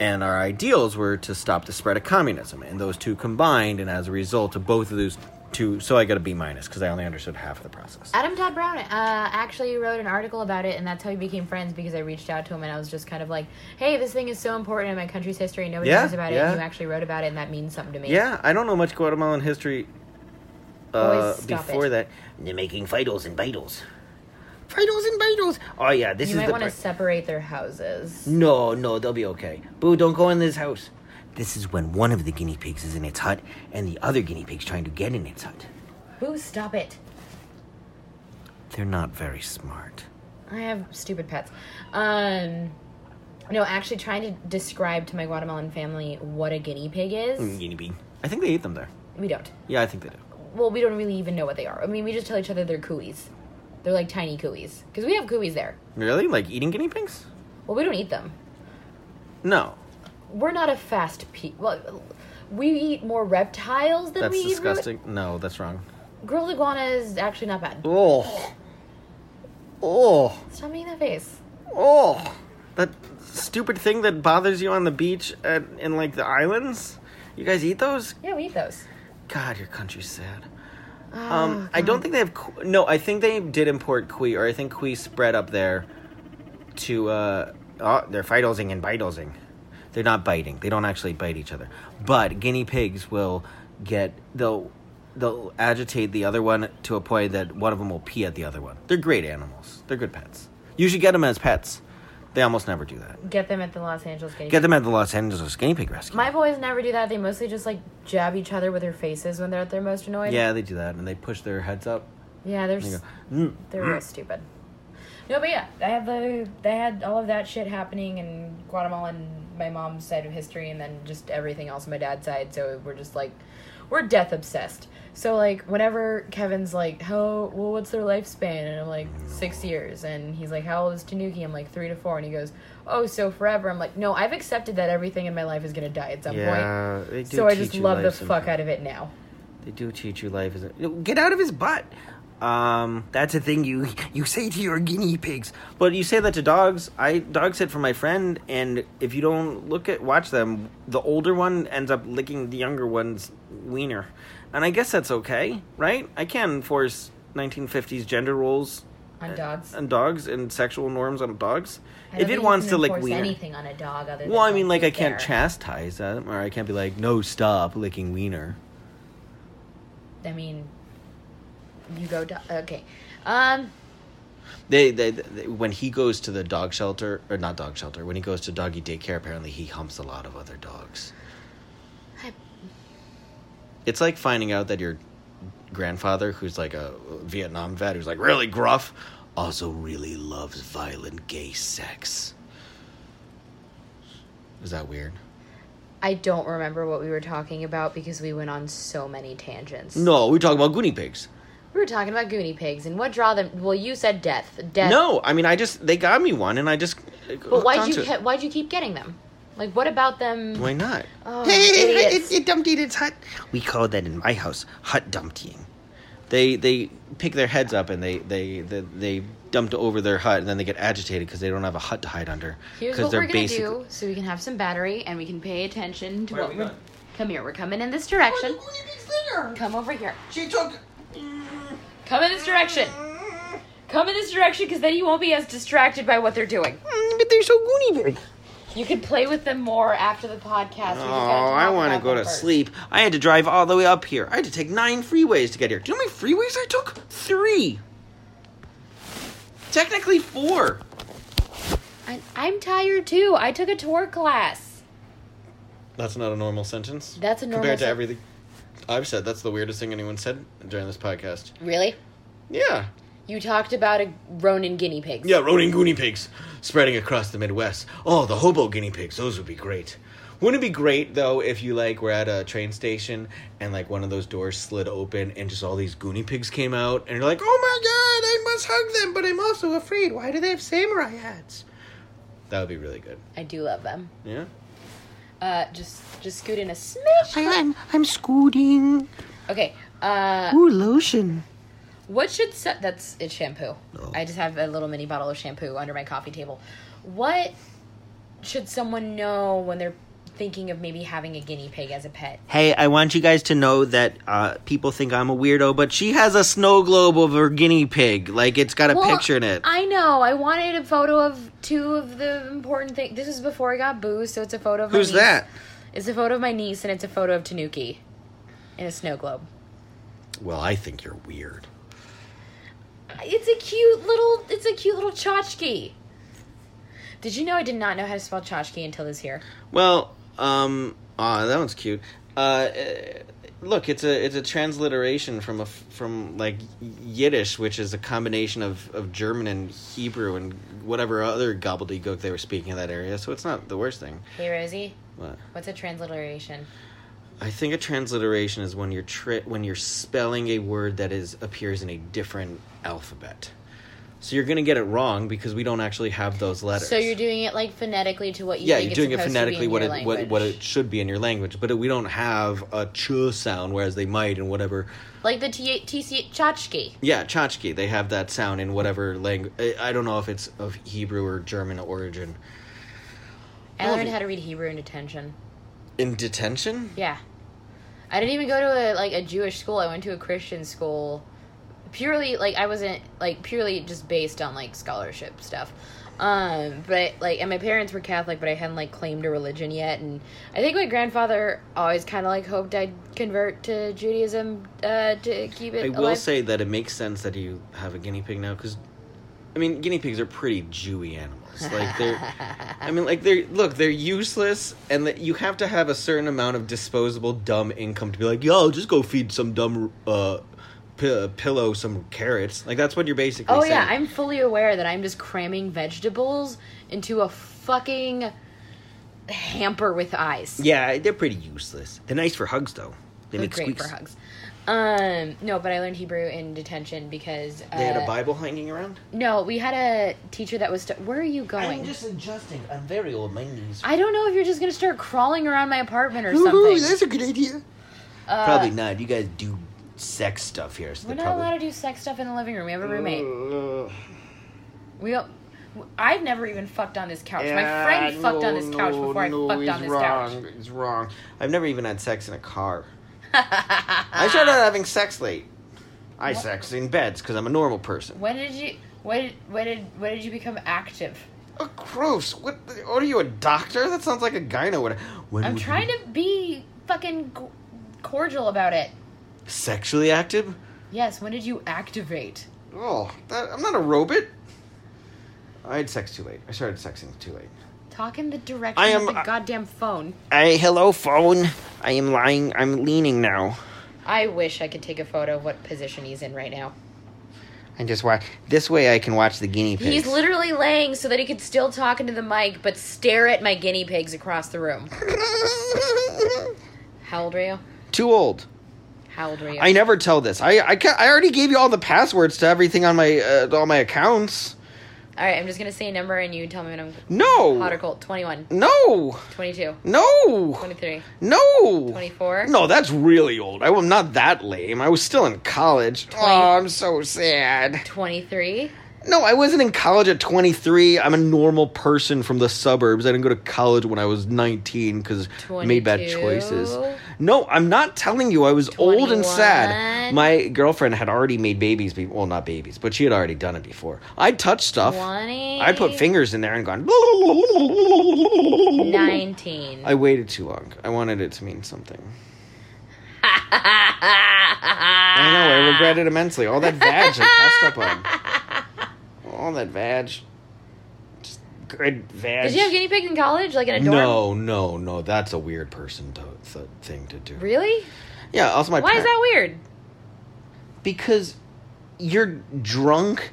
[SPEAKER 3] and our ideals were to stop the spread of communism and those two combined and as a result of both of those two so i got a b minus because i only understood half of the process
[SPEAKER 2] Adam Todd Brown uh, actually wrote an article about it, and that's how we became friends because I reached out to him and I was just kind of like, "Hey, this thing is so important in my country's history. and Nobody
[SPEAKER 3] Yeah,
[SPEAKER 2] knows about it.
[SPEAKER 3] yeah.
[SPEAKER 2] And you actually wrote about it, and that means something to me."
[SPEAKER 3] yeah i don't know much guatemalan history uh,
[SPEAKER 2] Boys, stop
[SPEAKER 3] before
[SPEAKER 2] it.
[SPEAKER 3] that they're making vitals and vitals vitals and vitals oh yeah this
[SPEAKER 2] you
[SPEAKER 3] is
[SPEAKER 2] might
[SPEAKER 3] the
[SPEAKER 2] want to
[SPEAKER 3] part-
[SPEAKER 2] separate their houses.
[SPEAKER 3] No, no, they'll be okay. Boo, don't go in this house. This is when one of the guinea pigs is in its hut and the other guinea pig's trying to get in its hut.
[SPEAKER 2] Boo! Stop it.
[SPEAKER 3] They're not very smart.
[SPEAKER 2] I have stupid pets. Um, no, actually, trying to describe to my Guatemalan family what a guinea pig is,
[SPEAKER 3] Guinea pig. I think they ate them there.
[SPEAKER 2] we don't.
[SPEAKER 3] Yeah, I think they do.
[SPEAKER 2] Well, we don't really even know what they are. I mean, we just tell each other they're cooies. They're like tiny cooies because we have cooies there.
[SPEAKER 3] Really? Like eating guinea pigs?
[SPEAKER 2] Well, we don't eat them.
[SPEAKER 3] No.
[SPEAKER 2] We're not a fast pe. Well, we eat more reptiles than
[SPEAKER 3] That's
[SPEAKER 2] we eat. root-
[SPEAKER 3] disgusting. No, that's wrong.
[SPEAKER 2] Grilled iguana is actually not bad.
[SPEAKER 3] Oh. Oh.
[SPEAKER 2] Stop making that face.
[SPEAKER 3] Oh. That stupid thing that bothers you on the beach at, in like the islands? You guys eat those?
[SPEAKER 2] Yeah, we eat those.
[SPEAKER 3] God, your country's sad. Um, I don't think they have. Qu- no, I think they did import Kui, or I think Kui spread up there to. Uh, oh, they're fidosing and bitosing. They're not biting. They don't actually bite each other. But guinea pigs will get. They'll they'll agitate the other one to a point that one of them will pee at the other one. They're great animals. They're good pets. You should get them as pets. They almost never do that.
[SPEAKER 2] Get them at the Los Angeles guinea.
[SPEAKER 3] Get them at the Los Angeles Guinea Pig Rescue.
[SPEAKER 2] My boys never do that. They mostly just like jab each other with their faces when they're at their most annoyed.
[SPEAKER 3] yeah, they do that, and they push their heads up.
[SPEAKER 2] Yeah, they're
[SPEAKER 3] And
[SPEAKER 2] s-
[SPEAKER 3] you go, "Mm,
[SPEAKER 2] they're real stupid. No, but yeah, I have the they had all of that shit happening in Guatemala and my mom's side of history, and then just everything else on my dad's side. So we're just like, we're death obsessed. So like, whenever Kevin's like, how well, what's their lifespan? And I'm like, six years. And he's like, how old is Tanuki? I'm like, three to four. And he goes, oh, so forever. I'm like, no, I've accepted that everything in my life is gonna die at some point.
[SPEAKER 3] Yeah, they do
[SPEAKER 2] So I
[SPEAKER 3] teach
[SPEAKER 2] just
[SPEAKER 3] you
[SPEAKER 2] love the
[SPEAKER 3] life
[SPEAKER 2] fuck
[SPEAKER 3] sometimes.
[SPEAKER 2] out of it now.
[SPEAKER 3] They do teach you life is a, get out of his butt. Um, that's a thing you you say to your guinea pigs, but you say that to dogs. I dog sit for my friend, and if you don't look at watch them, the older one ends up licking the younger one's wiener, and I guess that's okay, right? I can't enforce 1950s gender roles
[SPEAKER 2] On dogs.
[SPEAKER 3] and dogs and sexual norms on dogs.
[SPEAKER 2] I don't
[SPEAKER 3] If
[SPEAKER 2] think
[SPEAKER 3] it
[SPEAKER 2] you
[SPEAKER 3] wants
[SPEAKER 2] can
[SPEAKER 3] to lick
[SPEAKER 2] enforce
[SPEAKER 3] wiener,
[SPEAKER 2] anything on a dog other than
[SPEAKER 3] well, I mean,
[SPEAKER 2] don't
[SPEAKER 3] like
[SPEAKER 2] be
[SPEAKER 3] I can't
[SPEAKER 2] there.
[SPEAKER 3] chastise them, or I can't be like, no, stop licking wiener.
[SPEAKER 2] I mean, you go. Do- okay. Um.
[SPEAKER 3] They, they, they when he goes to the dog shelter or not dog shelter when he goes to doggy daycare apparently he humps a lot of other dogs
[SPEAKER 2] I,
[SPEAKER 3] it's like finding out that your grandfather who's like a vietnam vet who's like really gruff also really loves violent gay sex is that weird
[SPEAKER 2] I don't remember what we were talking about because we went on so many tangents.
[SPEAKER 3] no we talk about guinea pigs
[SPEAKER 2] We were talking about Goonie pigs and what draw them. Well, you said death. Death.
[SPEAKER 3] no i mean i just they got me one and i just
[SPEAKER 2] But why'd you ke- why'd you keep getting them? Like, what about them?
[SPEAKER 3] why not
[SPEAKER 2] Oh,
[SPEAKER 3] hey it,
[SPEAKER 2] idiots.
[SPEAKER 3] it, it dumptied its hut we call that in my house hut dumptying they they pick their heads up and they they they, they dumped over their hut and then they get agitated because they don't have a hut to hide under
[SPEAKER 2] Here's
[SPEAKER 3] because
[SPEAKER 2] what
[SPEAKER 3] they're
[SPEAKER 2] we're gonna
[SPEAKER 3] basic-
[SPEAKER 2] do, so we can have some battery and we can pay attention to
[SPEAKER 3] Where are
[SPEAKER 2] what
[SPEAKER 3] we
[SPEAKER 2] we are
[SPEAKER 3] going?
[SPEAKER 2] Come here. We're coming in this direction. Come over here. Come in this direction. Come in this direction, because then you won't be as distracted by what they're doing.
[SPEAKER 3] Mm, but they're so goony berry.
[SPEAKER 2] You can play with them more after the podcast.
[SPEAKER 3] Oh, I want to go to sleep. I had to drive all the way up here. I had to take nine freeways to get here. Do you know how many freeways I took? Three. Technically four.
[SPEAKER 2] I, I'm tired too. I took a tour class.
[SPEAKER 3] That's not a normal sentence.
[SPEAKER 2] That's a normal
[SPEAKER 3] compared to
[SPEAKER 2] sen-
[SPEAKER 3] everything I've said. That's the weirdest thing anyone said during this podcast.
[SPEAKER 2] Really?
[SPEAKER 3] Yeah,
[SPEAKER 2] You talked about a Ronin guinea pig.
[SPEAKER 3] yeah, Ronin guinea pigs spreading across the Midwest. Oh, the hobo guinea pigs. Those would be great. Wouldn't it be great though if you like were at a train station and like one of those doors slid open and just all these guinea pigs came out and you're like, oh my god, I must hug them, but I'm also afraid. Why do they have samurai hats? That would be really good.
[SPEAKER 2] I do love them.
[SPEAKER 3] Yeah.
[SPEAKER 2] Uh, just just scoot in a smidge.
[SPEAKER 3] I'm I'm scooting.
[SPEAKER 2] Okay. Uh,
[SPEAKER 3] Ooh, lotion.
[SPEAKER 2] what should set? That's it's shampoo.
[SPEAKER 3] Oh.
[SPEAKER 2] I just have a little mini bottle of shampoo under my coffee table. What should someone know when they're thinking of maybe having a guinea pig as a pet?
[SPEAKER 3] Hey, I want you guys to know that uh, people think I'm a weirdo, but she has a snow globe of her guinea pig. Like it's got a
[SPEAKER 2] Well,
[SPEAKER 3] picture in it.
[SPEAKER 2] I know. I wanted a photo of two of the important things. This was before I got booze, so it's a photo of my
[SPEAKER 3] Who's
[SPEAKER 2] niece.
[SPEAKER 3] that?
[SPEAKER 2] It's a photo of my niece, and it's a photo of Tanuki in a snow globe.
[SPEAKER 3] Well, I think you're weird.
[SPEAKER 2] It's a cute little. It's a cute little tchotchke. Did you know I did not know how to spell tchotchke until this year?
[SPEAKER 3] Well, um, ah, that one's cute. Uh, eh, look, it's a it's a transliteration from a f- from like Yiddish, which is a combination of of German and Hebrew and whatever other gobbledygook they were speaking in that area. So it's not the worst thing.
[SPEAKER 2] Hey Rosie,
[SPEAKER 3] What?
[SPEAKER 2] what's a transliteration?
[SPEAKER 3] I think a transliteration is when you're tri- when you're spelling a word that is appears in a different alphabet. So you're gonna get it wrong because we don't actually have those letters.
[SPEAKER 2] So you're doing it like phonetically to what you.
[SPEAKER 3] yeah,
[SPEAKER 2] think
[SPEAKER 3] you're
[SPEAKER 2] it's
[SPEAKER 3] doing it
[SPEAKER 2] supposed to be in
[SPEAKER 3] phonetically what
[SPEAKER 2] your
[SPEAKER 3] it, what what
[SPEAKER 2] language.
[SPEAKER 3] it should be in your language, but we don't have a ch sound, whereas they might in whatever.
[SPEAKER 2] like the T T C tchotchke.
[SPEAKER 3] Yeah, tchotchke, they have that sound in whatever language. I don't know if it's of Hebrew or German origin.
[SPEAKER 2] I
[SPEAKER 3] Well,
[SPEAKER 2] learned
[SPEAKER 3] the-
[SPEAKER 2] how to read Hebrew in detention.
[SPEAKER 3] In detention,
[SPEAKER 2] Yeah, I didn't even go to a, like a Jewish school. I went to a Christian school, purely like I wasn't like purely just based on like scholarship stuff. Um, but like, and my parents were Catholic, but I hadn't like claimed a religion yet. And I think my grandfather always kind of like hoped I'd convert to Judaism uh, to keep it.
[SPEAKER 3] I will
[SPEAKER 2] alive.
[SPEAKER 3] say that it makes sense that you have a guinea pig now because, I mean, guinea pigs are pretty Jewy animals. Like they're, I mean, like they're look, they're useless, and that you have to have a certain amount of disposable dumb income to be like, yo, just go feed some dumb uh, pi- pillow some carrots. Like that's what you're basically.
[SPEAKER 2] Oh
[SPEAKER 3] saying.
[SPEAKER 2] yeah, I'm fully aware that I'm just cramming vegetables into a fucking hamper with eyes.
[SPEAKER 3] Yeah, they're pretty useless. They're nice for hugs though. They
[SPEAKER 2] They're
[SPEAKER 3] make
[SPEAKER 2] great
[SPEAKER 3] squeaks.
[SPEAKER 2] for hugs. Um, no, but I learned Hebrew in detention because uh,
[SPEAKER 3] They had a Bible hanging around.
[SPEAKER 2] no, we had a teacher that was. St- Where are you going?
[SPEAKER 3] adjusting. I'm very old. My knees.
[SPEAKER 2] I don't know if you're just gonna start crawling around my apartment or
[SPEAKER 3] Ooh,
[SPEAKER 2] something.
[SPEAKER 3] that's a good idea. probably not. You guys do sex stuff here, so
[SPEAKER 2] Uh, We're
[SPEAKER 3] they
[SPEAKER 2] not
[SPEAKER 3] probably.
[SPEAKER 2] allowed to do sex stuff in the living room. We have a roommate.
[SPEAKER 3] Uh,
[SPEAKER 2] We don't. I've never even fucked on this couch. my friend fucked on this couch before I fucked on this couch.
[SPEAKER 3] It's wrong. I've never even had sex in
[SPEAKER 2] <laughs>
[SPEAKER 3] a car. I started having sex late. I sex in beds because I'm a normal person.
[SPEAKER 2] When did you? When did? When did? When did you become active?
[SPEAKER 3] Oh, gross! What? the- oh, Are you a doctor? That sounds like a gyno. Would. When
[SPEAKER 2] I'm
[SPEAKER 3] would you
[SPEAKER 2] trying to be fucking g- cordial about it.
[SPEAKER 3] be Sexually active?
[SPEAKER 2] Yes, when did you activate?
[SPEAKER 3] Oh, that, I'm not a robot. I had sex too late. I started sexing too late.
[SPEAKER 2] Talk in the direction
[SPEAKER 3] I
[SPEAKER 2] of
[SPEAKER 3] am- uh,
[SPEAKER 2] the
[SPEAKER 3] I-
[SPEAKER 2] goddamn phone.
[SPEAKER 3] I hello phone. I am lying. I'm leaning now.
[SPEAKER 2] I wish I could take a photo of what position he's in right now.
[SPEAKER 3] I just watch this way. I can watch the guinea pigs.
[SPEAKER 2] He's literally laying so that he could still talk into the mic but stare at my guinea pigs across the room. How old are you?
[SPEAKER 3] too old.
[SPEAKER 2] How old are you?
[SPEAKER 3] I never tell this. I I, ca I already gave you all the passwords to everything on my uh, all my accounts.
[SPEAKER 2] All right, I'm just going to say a number and you tell me when I'm
[SPEAKER 3] No.
[SPEAKER 2] hot or cold. 21,
[SPEAKER 3] No.
[SPEAKER 2] 22,
[SPEAKER 3] No.
[SPEAKER 2] 23,
[SPEAKER 3] No.
[SPEAKER 2] 24.
[SPEAKER 3] No, that's really old. I, am not that lame. I was still in college. Oh, I'm so sad.
[SPEAKER 2] 23.
[SPEAKER 3] No, I wasn't in college at 23. I'm a normal person from the suburbs. I didn't go to college when I was 19 because made bad
[SPEAKER 2] 22.
[SPEAKER 3] choices. No, I'm not telling you. I was old and sad.
[SPEAKER 2] 21.
[SPEAKER 3] My girlfriend had already made babies. Be- well, not babies, but she had already done it before. I touched stuff.
[SPEAKER 2] 20.
[SPEAKER 3] I put fingers in there and gone.
[SPEAKER 2] 19. <laughs>
[SPEAKER 3] I waited too long. I wanted it to mean something. I know. I regret it immensely. All that vag I
[SPEAKER 2] <laughs>
[SPEAKER 3] passed up on. All that vag. Just good vag.
[SPEAKER 2] Did you have guinea pigs in college, like in a dorm?
[SPEAKER 3] no, no, no. That's a weird person to, th- thing to do.
[SPEAKER 2] Really?
[SPEAKER 3] Yeah. Also, my
[SPEAKER 2] Why is
[SPEAKER 3] par-
[SPEAKER 2] that weird?
[SPEAKER 3] because you're drunk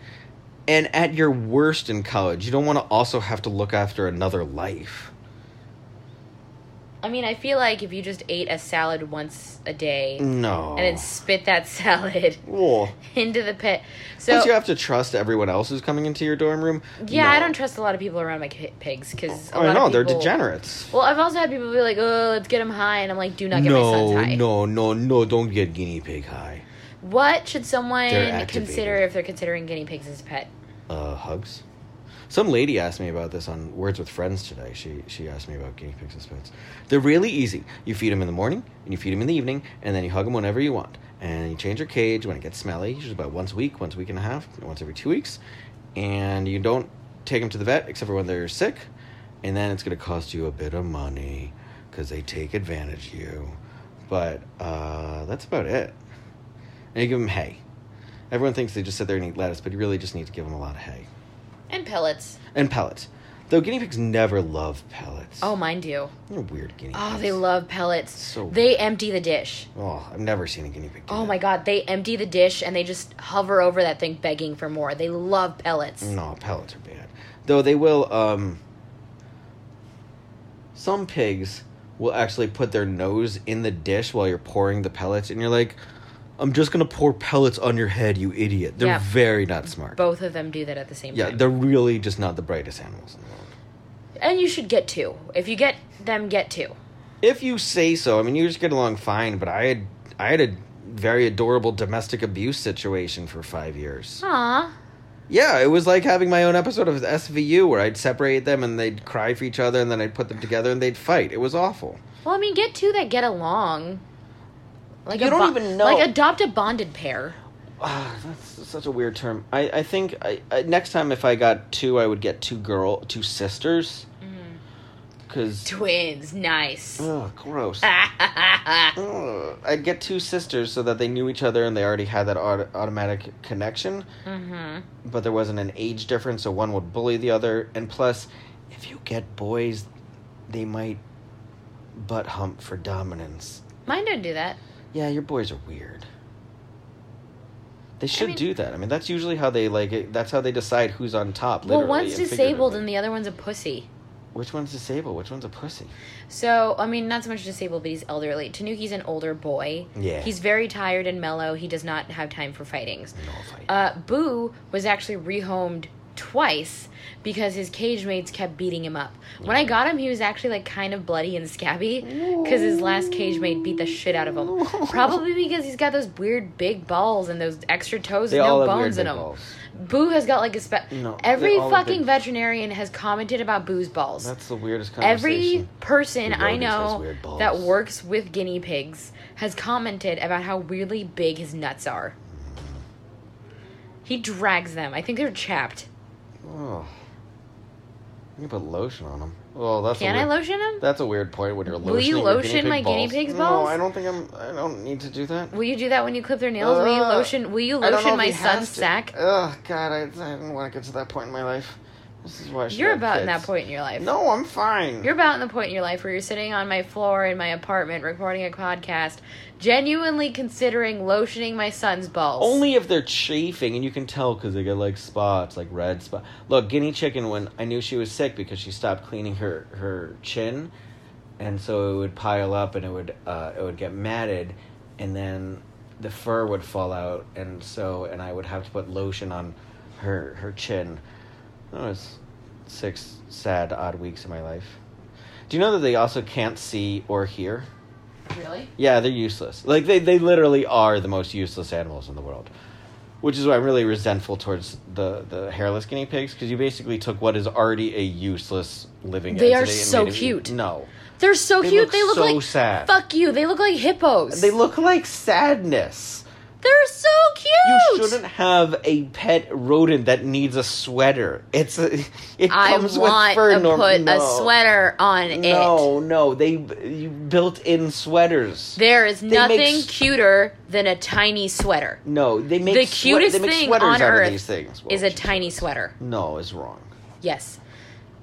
[SPEAKER 3] and at your worst in college. You don't want to also have to look after another life.
[SPEAKER 2] I mean, I feel like if you just ate a salad once a day
[SPEAKER 3] No.
[SPEAKER 2] and then spit that <laughs> salad
[SPEAKER 3] Whoa.
[SPEAKER 2] into the pit, so
[SPEAKER 3] Plus, you have to trust everyone else who's coming into your dorm room.
[SPEAKER 2] yeah,
[SPEAKER 3] No.
[SPEAKER 2] I don't trust a lot of people around my ki- pigs because
[SPEAKER 3] I know they're
[SPEAKER 2] people,
[SPEAKER 3] degenerates.
[SPEAKER 2] Well, I've also had people be like, "Oh, let's get them high," and I'm like, "Do not get my sons
[SPEAKER 3] No,
[SPEAKER 2] high."
[SPEAKER 3] no, no, no! Don't get guinea pig high.
[SPEAKER 2] What should
[SPEAKER 3] They're
[SPEAKER 2] someone
[SPEAKER 3] activated.
[SPEAKER 2] consider if they're considering guinea pigs as a pet?
[SPEAKER 3] Uh, hugs. Some lady asked me about this on Words with Friends today. She she asked me about guinea pigs as pets. They're really easy. You feed them in the morning and you feed them in the evening, and then you hug them whenever you want. And you change your cage when it gets smelly, usually about once a week, once a week and a half, once every two weeks. And you don't take them to the vet except for when they're sick, and then it's going to cost you a bit of money because they take advantage of you. But uh, that's about it. And you give them hay. Everyone thinks they just sit there and eat lettuce, but you really just need to give them a lot of hay
[SPEAKER 2] And pellets.
[SPEAKER 3] and pellets. Though guinea pigs never love pellets.
[SPEAKER 2] Oh, mine do.
[SPEAKER 3] They're weird guinea pigs.
[SPEAKER 2] Oh, they love pellets.
[SPEAKER 3] So
[SPEAKER 2] they
[SPEAKER 3] weird.
[SPEAKER 2] empty the dish.
[SPEAKER 3] Oh, I've never seen a guinea pig. Do
[SPEAKER 2] Oh
[SPEAKER 3] that.
[SPEAKER 2] my god, they empty the dish and they just hover over that thing begging for more. They love pellets.
[SPEAKER 3] No, pellets are bad. Though they will. um... Some pigs will actually put their nose in the dish while you're pouring the pellets, and you're like, "I'm just gonna pour pellets on your head, you idiot." They're
[SPEAKER 2] Yeah.
[SPEAKER 3] very not smart.
[SPEAKER 2] Both of them do that at the same
[SPEAKER 3] yeah,
[SPEAKER 2] time.
[SPEAKER 3] they're really just not the brightest animals in the world.
[SPEAKER 2] And you should get two. If you get them, get two.
[SPEAKER 3] If you say so, I mean you just get along fine. But I had I had a very adorable domestic abuse situation for five years.
[SPEAKER 2] Aw.
[SPEAKER 3] Yeah, it was like having my own episode of SVU where I'd separate them and they'd cry for each other and then I'd put them together and they'd fight. It was awful.
[SPEAKER 2] Well, I mean, get two that get along. Like
[SPEAKER 3] You
[SPEAKER 2] a
[SPEAKER 3] don't
[SPEAKER 2] bo-
[SPEAKER 3] even know.
[SPEAKER 2] Like adopt a bonded pair.
[SPEAKER 3] Ah, that's such a weird term. I, I think I, I, next time if I got two, I would get two girl, two sisters. Because,
[SPEAKER 2] Twins, nice.
[SPEAKER 3] ugh,
[SPEAKER 2] <laughs>
[SPEAKER 3] gross. Ugh. I'd get two sisters so that they knew each other and they already had that auto- automatic connection.
[SPEAKER 2] mm-hmm.
[SPEAKER 3] but there wasn't an age difference, so one would bully the other. And plus, if you get boys, they might butt hump for dominance.
[SPEAKER 2] Mine don't do that.
[SPEAKER 3] Yeah, your boys are weird. They should
[SPEAKER 2] mean-
[SPEAKER 3] do that. I mean, that's usually how they like. It, that's how they decide who's on top.
[SPEAKER 2] Well,
[SPEAKER 3] literally
[SPEAKER 2] one's
[SPEAKER 3] and
[SPEAKER 2] disabled
[SPEAKER 3] figuratively.
[SPEAKER 2] and the other one's a pussy.
[SPEAKER 3] which one's disabled? Which one's a pussy?
[SPEAKER 2] So, I mean, not so much disabled, but he's elderly. Tanuki's an older boy.
[SPEAKER 3] Yeah.
[SPEAKER 2] He's very tired and mellow. He does not have time for fightings.
[SPEAKER 3] No fight.
[SPEAKER 2] Uh, Boo was actually rehomed twice because his cage mates kept beating him up. When I got him, he was actually like kind of bloody and scabby because his last cage mate beat the shit out of
[SPEAKER 3] <laughs>
[SPEAKER 2] him. Probably because he's got those weird big balls and those extra toes
[SPEAKER 3] they
[SPEAKER 2] with
[SPEAKER 3] all
[SPEAKER 2] no
[SPEAKER 3] have
[SPEAKER 2] bones
[SPEAKER 3] weird
[SPEAKER 2] in them.
[SPEAKER 3] big balls.
[SPEAKER 2] Boo has got like a spe-
[SPEAKER 3] No, they
[SPEAKER 2] every
[SPEAKER 3] all have
[SPEAKER 2] fucking
[SPEAKER 3] big-
[SPEAKER 2] veterinarian has commented about Boo's balls.
[SPEAKER 3] That's the weirdest conversation.
[SPEAKER 2] Every person
[SPEAKER 3] Your
[SPEAKER 2] I
[SPEAKER 3] rodent has
[SPEAKER 2] know
[SPEAKER 3] weird balls.
[SPEAKER 2] that works with guinea pigs has commented about how weirdly big his nuts are. He drags them. I think they're chapped.
[SPEAKER 3] Oh. You put lotion on them. Oh, that's
[SPEAKER 2] Can
[SPEAKER 3] a
[SPEAKER 2] I
[SPEAKER 3] weird...
[SPEAKER 2] lotion them?
[SPEAKER 3] That's a weird point when you're lotioning
[SPEAKER 2] Will you
[SPEAKER 3] your
[SPEAKER 2] lotion
[SPEAKER 3] guinea
[SPEAKER 2] my
[SPEAKER 3] pig
[SPEAKER 2] guinea
[SPEAKER 3] balls.
[SPEAKER 2] pig's
[SPEAKER 3] No,
[SPEAKER 2] balls?
[SPEAKER 3] I don't think I'm. I don't need to do that.
[SPEAKER 2] Will you do that when you clip their nails? will you
[SPEAKER 3] Ugh.
[SPEAKER 2] lotion? Will you
[SPEAKER 3] Uh, I don't know
[SPEAKER 2] lotion
[SPEAKER 3] if
[SPEAKER 2] my
[SPEAKER 3] he
[SPEAKER 2] son's
[SPEAKER 3] has to. Uh,
[SPEAKER 2] sack?
[SPEAKER 3] Ugh, God, I, I didn't want to get to that point in my life. This is why I should
[SPEAKER 2] You're
[SPEAKER 3] have
[SPEAKER 2] about in that
[SPEAKER 3] kids.
[SPEAKER 2] point in your life.
[SPEAKER 3] No, I'm fine.
[SPEAKER 2] You're about in the point in your life where you're sitting on my floor in my apartment recording a podcast, genuinely considering lotioning my son's balls.
[SPEAKER 3] only if they're chafing, and you can tell because they get like spots, like red spot. Look, guinea chicken. When I knew she was sick because she stopped cleaning her her chin, and so it would pile up, and it would uh, it would get matted, and then the fur would fall out, and so and I would have to put lotion on her her chin. That was six sad odd weeks of my life. Do you know that they also can't see or hear?
[SPEAKER 2] really?
[SPEAKER 3] Yeah, they're useless. Like they, they literally are the most useless animals in the world. Which is why I'm really resentful towards the, the hairless guinea pigs because you basically took what is already a useless living.
[SPEAKER 2] They are
[SPEAKER 3] entity and
[SPEAKER 2] so
[SPEAKER 3] made it-
[SPEAKER 2] cute.
[SPEAKER 3] No,
[SPEAKER 2] They're so
[SPEAKER 3] They
[SPEAKER 2] cute.
[SPEAKER 3] look
[SPEAKER 2] they look
[SPEAKER 3] so
[SPEAKER 2] like
[SPEAKER 3] sad.
[SPEAKER 2] fuck you. They look like hippos.
[SPEAKER 3] they look like sadness.
[SPEAKER 2] They're so cute.
[SPEAKER 3] You shouldn't have a pet rodent that needs a sweater. It's a, <laughs> it
[SPEAKER 2] I
[SPEAKER 3] comes
[SPEAKER 2] want
[SPEAKER 3] with fur.
[SPEAKER 2] to
[SPEAKER 3] norm-
[SPEAKER 2] put a
[SPEAKER 3] no.
[SPEAKER 2] sweater on it.
[SPEAKER 3] No, no, they you built in sweaters.
[SPEAKER 2] There is nothing
[SPEAKER 3] make s-
[SPEAKER 2] cuter than a tiny sweater.
[SPEAKER 3] no, they make
[SPEAKER 2] The
[SPEAKER 3] swe-
[SPEAKER 2] cutest
[SPEAKER 3] they make
[SPEAKER 2] thing
[SPEAKER 3] sweaters
[SPEAKER 2] on
[SPEAKER 3] out
[SPEAKER 2] earth
[SPEAKER 3] of these things.
[SPEAKER 2] is
[SPEAKER 3] Well,
[SPEAKER 2] a tiny sweater.
[SPEAKER 3] No, is wrong.
[SPEAKER 2] Yes.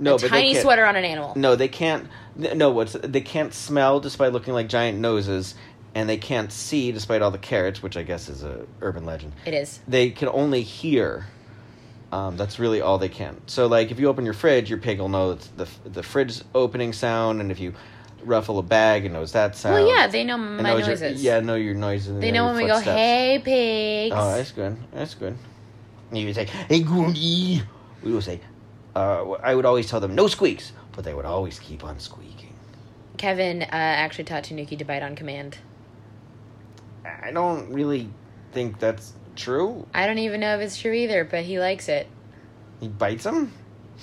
[SPEAKER 3] No,
[SPEAKER 2] a
[SPEAKER 3] but they
[SPEAKER 2] tiny
[SPEAKER 3] can't-
[SPEAKER 2] sweater on an animal.
[SPEAKER 3] No, they can't. th- No, what's they can't smell despite looking like giant noses, and they can't see despite all the carrots, which I guess is a urban legend.
[SPEAKER 2] It is.
[SPEAKER 3] They can only hear. Um, that's really all they can. So, like, if you open your fridge, your pig will know it's the the fridge opening sound, and if you ruffle a bag, it knows that sound.
[SPEAKER 2] Well, yeah, they know
[SPEAKER 3] It
[SPEAKER 2] my
[SPEAKER 3] knows your-
[SPEAKER 2] noises.
[SPEAKER 3] yeah, know your noises. and
[SPEAKER 2] They know
[SPEAKER 3] your
[SPEAKER 2] when we go,
[SPEAKER 3] footsteps.
[SPEAKER 2] hey, pigs.
[SPEAKER 3] Oh, that's good. That's good. And you would say, "Hey, Goody." We would say, uh, I would always tell them no squeaks, but they would always keep on squeaking.
[SPEAKER 2] Kevin uh, actually taught Tanuki to bite on command.
[SPEAKER 3] I don't really think that's true.
[SPEAKER 2] I don't even know if it's true either, but he likes it.
[SPEAKER 3] He bites them.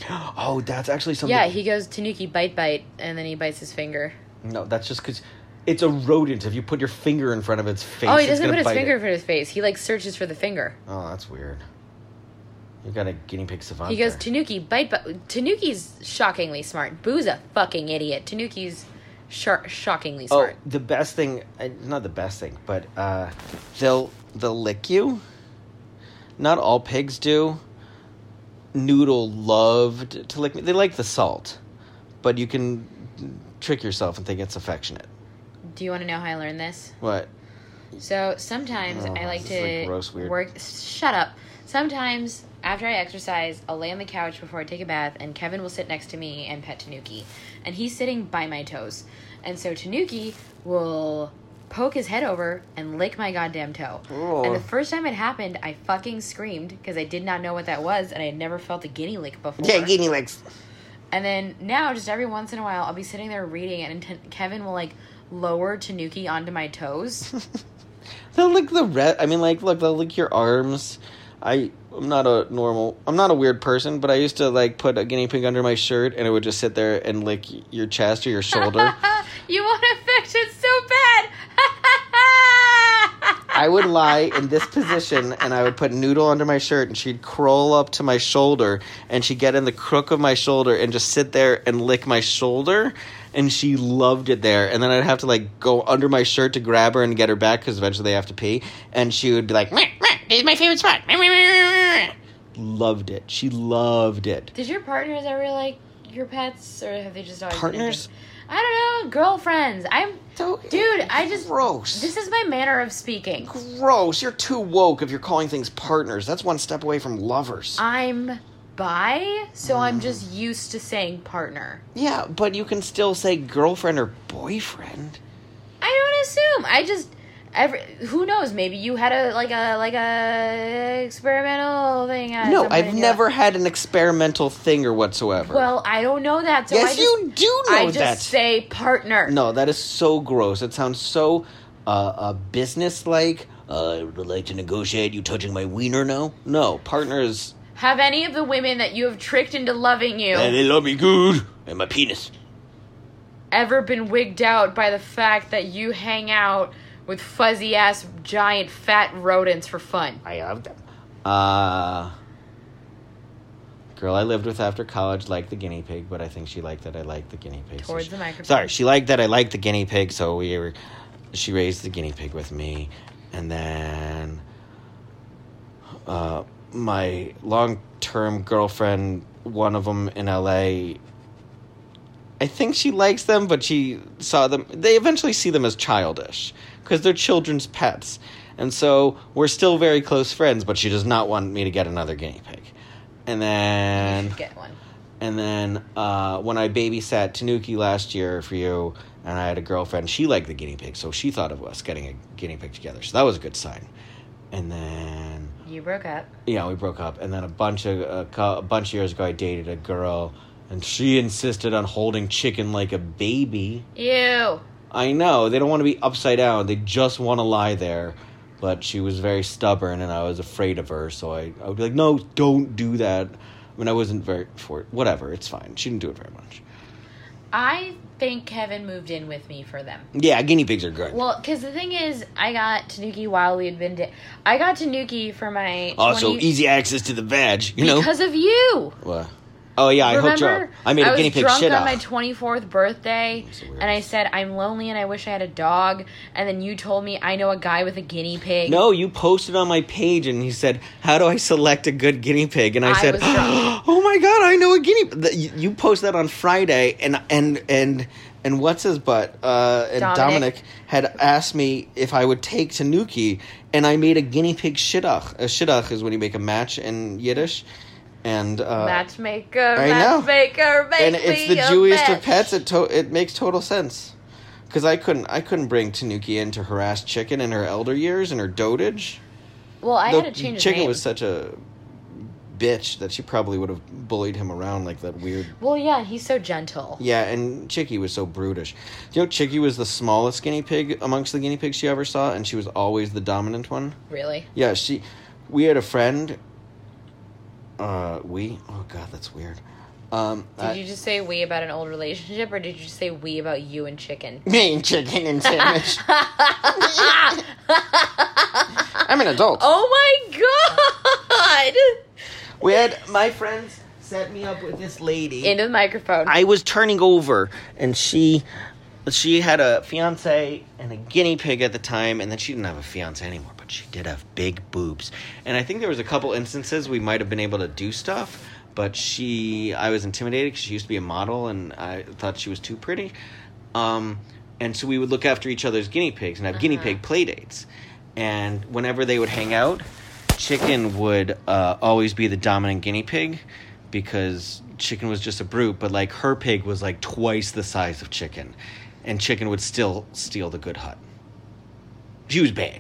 [SPEAKER 3] Oh, that's actually something.
[SPEAKER 2] Yeah, he goes Tanuki bite bite, and then he bites his finger.
[SPEAKER 3] No, that's just because it's a rodent. If you put your finger in front of its face,
[SPEAKER 2] Oh, he
[SPEAKER 3] it's
[SPEAKER 2] doesn't
[SPEAKER 3] gonna
[SPEAKER 2] put his
[SPEAKER 3] bite
[SPEAKER 2] finger
[SPEAKER 3] It.
[SPEAKER 2] in front of his face. He like searches for the finger.
[SPEAKER 3] Oh, that's weird. You got a guinea pig savant.
[SPEAKER 2] He goes
[SPEAKER 3] there.
[SPEAKER 2] Tanuki bite bite. Tanuki's shockingly smart. Boo's a fucking idiot. Tanuki's shar shockingly
[SPEAKER 3] Oh,
[SPEAKER 2] smart.
[SPEAKER 3] the best thing, uh, not the best thing, but uh, they'll they'll lick you. Not all pigs do. Noodle loved to lick me. They like the salt, but you can trick yourself and think it's affectionate.
[SPEAKER 2] Do you want to know how I learned this?
[SPEAKER 3] What?
[SPEAKER 2] So sometimes
[SPEAKER 3] Oh,
[SPEAKER 2] I like
[SPEAKER 3] this is,
[SPEAKER 2] to
[SPEAKER 3] like, gross, weird.
[SPEAKER 2] work. Shut up. Sometimes after I exercise, I'll lay on the couch before I take a bath, and Kevin will sit next to me and pet Tanuki, and he's sitting by my toes, and so Tanuki will poke his head over and lick my goddamn toe. And the
[SPEAKER 3] Ugh.
[SPEAKER 2] first time it happened, I fucking screamed because I did not know what that was, and I had never felt a guinea lick before.
[SPEAKER 3] Yeah, guinea legs.
[SPEAKER 2] And then now, just every once in a while, I'll be sitting there reading it, and Tan Kevin will like lower Tanuki onto my
[SPEAKER 3] <laughs>
[SPEAKER 2] toes.
[SPEAKER 3] They'll lick the re I mean, like, look, they'll lick your arms. I, I'm not a normal. I'm not a weird person, but I used to like put a guinea pig under my shirt, and it would just sit there and lick your chest or your shoulder.
[SPEAKER 2] <laughs> you want affection so bad.
[SPEAKER 3] I would lie in this position, and I would put noodle under my shirt, and she'd crawl up to my shoulder, and she'd get in the crook of my shoulder, and just sit there and lick my shoulder. And she loved it there. And then I'd have to like go under my shirt to grab her and get her back because eventually they have to pee. And she would be like, meh, meh, "It's my favorite spot." Meh, meh, meh, meh, meh." Loved it. She loved it.
[SPEAKER 2] <laughs> Did your partners ever like your pets, or have they just always been
[SPEAKER 3] Partners?
[SPEAKER 2] into- I don't know, girlfriends. I'm
[SPEAKER 3] So-
[SPEAKER 2] dude. I just
[SPEAKER 3] gross.
[SPEAKER 2] This is my manner of speaking.
[SPEAKER 3] gross. You're too woke if you're calling things partners. That's one step away from lovers.
[SPEAKER 2] I'm bi, so I'm just used to saying partner.
[SPEAKER 3] Yeah, but you can still say girlfriend or boyfriend.
[SPEAKER 2] I don't assume. I just every who knows. Maybe you had a like a like a experimental thing. at some
[SPEAKER 3] no,
[SPEAKER 2] point
[SPEAKER 3] I've
[SPEAKER 2] in your
[SPEAKER 3] never had an experimental thing or whatsoever.
[SPEAKER 2] Well, I don't know that. So
[SPEAKER 3] yes,
[SPEAKER 2] I just,
[SPEAKER 3] you do know
[SPEAKER 2] I just
[SPEAKER 3] that.
[SPEAKER 2] say partner.
[SPEAKER 3] no, that is so gross. It sounds so uh, uh, business like. Uh, I would like to negotiate you touching my wiener now. No, partners.
[SPEAKER 2] Have any of the women that you have tricked into loving you
[SPEAKER 3] And they love me good. And my penis.
[SPEAKER 2] ever been wigged out by the fact that you hang out with fuzzy ass giant fat rodents for fun?
[SPEAKER 3] I have them. Uh, girl I lived with after college liked the guinea pig, but I think she liked that I liked the guinea pig.
[SPEAKER 2] Towards
[SPEAKER 3] she,
[SPEAKER 2] the microphone.
[SPEAKER 3] Sorry, she liked that I liked the guinea pig, so we were. She raised the guinea pig with me, and then uh, my long-term girlfriend, one of them in LA. I think she likes them, but she saw them. They eventually see them as childish because they're children's pets, and so we're still very close friends. But she does not want me to get another guinea pig, and
[SPEAKER 2] You
[SPEAKER 3] then
[SPEAKER 2] should get one.
[SPEAKER 3] and then uh, when I babysat Tanuki last year for you, and I had a girlfriend, she liked the guinea pig, so she thought of us getting a guinea pig together. So that was a good sign. And then
[SPEAKER 2] You broke up.
[SPEAKER 3] yeah, we broke up. And then a bunch of a, cou- a bunch of years ago, I dated a girl, and she insisted on holding chicken like a baby.
[SPEAKER 2] Ew.
[SPEAKER 3] I know they don't want to be upside down; they just want to lie there. But she was very stubborn, and I was afraid of her, so I, I would be like, "No, don't do that." I mean, I wasn't very for whatever. It's fine. She didn't do it very much.
[SPEAKER 2] I think Kevin moved in with me for them.
[SPEAKER 3] Yeah, guinea pigs are good.
[SPEAKER 2] Well, because the thing is, I got Tanuki while we had been. Da- I got Tanuki for my
[SPEAKER 3] also,
[SPEAKER 2] 20
[SPEAKER 3] easy access to the veg. You know.
[SPEAKER 2] because of you.
[SPEAKER 3] What? Oh yeah, I hooked you up.
[SPEAKER 2] Remember,
[SPEAKER 3] I made a
[SPEAKER 2] was
[SPEAKER 3] guinea pig
[SPEAKER 2] drunk
[SPEAKER 3] shit
[SPEAKER 2] on
[SPEAKER 3] up.
[SPEAKER 2] my twenty fourth birthday,
[SPEAKER 3] That's the
[SPEAKER 2] and I
[SPEAKER 3] weirdest.
[SPEAKER 2] said I'm lonely and I wish I had a dog. And then you told me I know a guy with a guinea pig.
[SPEAKER 3] no, you posted on my page and he said, "How do I select a good guinea pig?" And I,
[SPEAKER 2] I
[SPEAKER 3] said,
[SPEAKER 2] was drunk.
[SPEAKER 3] <gasps> "Oh my god, I know a guinea." Th- You you posted that on Friday, and and and and what's his butt? Uh, and Dominic.
[SPEAKER 2] Dominic.
[SPEAKER 3] had asked me if I would take Tanuki, and I made a guinea pig shidduch. A shidduch is when you make a match in Yiddish, and uh,
[SPEAKER 2] matchmaker,
[SPEAKER 3] I know.
[SPEAKER 2] matchmaker, make
[SPEAKER 3] and it's the
[SPEAKER 2] me a
[SPEAKER 3] Jewiest
[SPEAKER 2] match.
[SPEAKER 3] of pets. It to- it makes total sense. Because I couldn't I couldn't bring Tanuki in to harass Chicken in her elder years and her dotage.
[SPEAKER 2] Well, I
[SPEAKER 3] The
[SPEAKER 2] had to change his
[SPEAKER 3] Chicken
[SPEAKER 2] name.
[SPEAKER 3] was such a bitch that she probably would have bullied him around like that weird.
[SPEAKER 2] well, yeah, he's so gentle.
[SPEAKER 3] Yeah, and Chicky was so brutish. Do you know Chicky was the smallest guinea pig amongst the guinea pigs she ever saw, and she was always the dominant one.
[SPEAKER 2] Really,
[SPEAKER 3] Yeah, she. We had a friend Uh, we. Oh God, that's weird. Um,
[SPEAKER 2] Did
[SPEAKER 3] I- <laughs>
[SPEAKER 2] you just say we about an old relationship, or did you just say we about you and chicken?
[SPEAKER 3] mean chicken
[SPEAKER 2] <laughs>
[SPEAKER 3] and sandwich. I'm an adult.
[SPEAKER 2] Oh
[SPEAKER 3] <laughs>
[SPEAKER 2] my god!
[SPEAKER 3] We had my friends set me up with this lady.
[SPEAKER 2] Into the microphone.
[SPEAKER 3] I was turning over, and she she had a fiance and a guinea pig at the time, and then she didn't have a fiance anymore, but she did have big boobs. And I think there was a couple instances we might have been able to do stuff, but she I was intimidated because she used to be a model, and I thought she was too pretty. Um, and so we would look after each other's guinea pigs and have guinea pig play dates. And whenever they would hang out, chicken would uh, always be the dominant guinea pig because chicken was just a brute but like her pig was like twice the size of chicken and chicken would still steal the good hut she was bad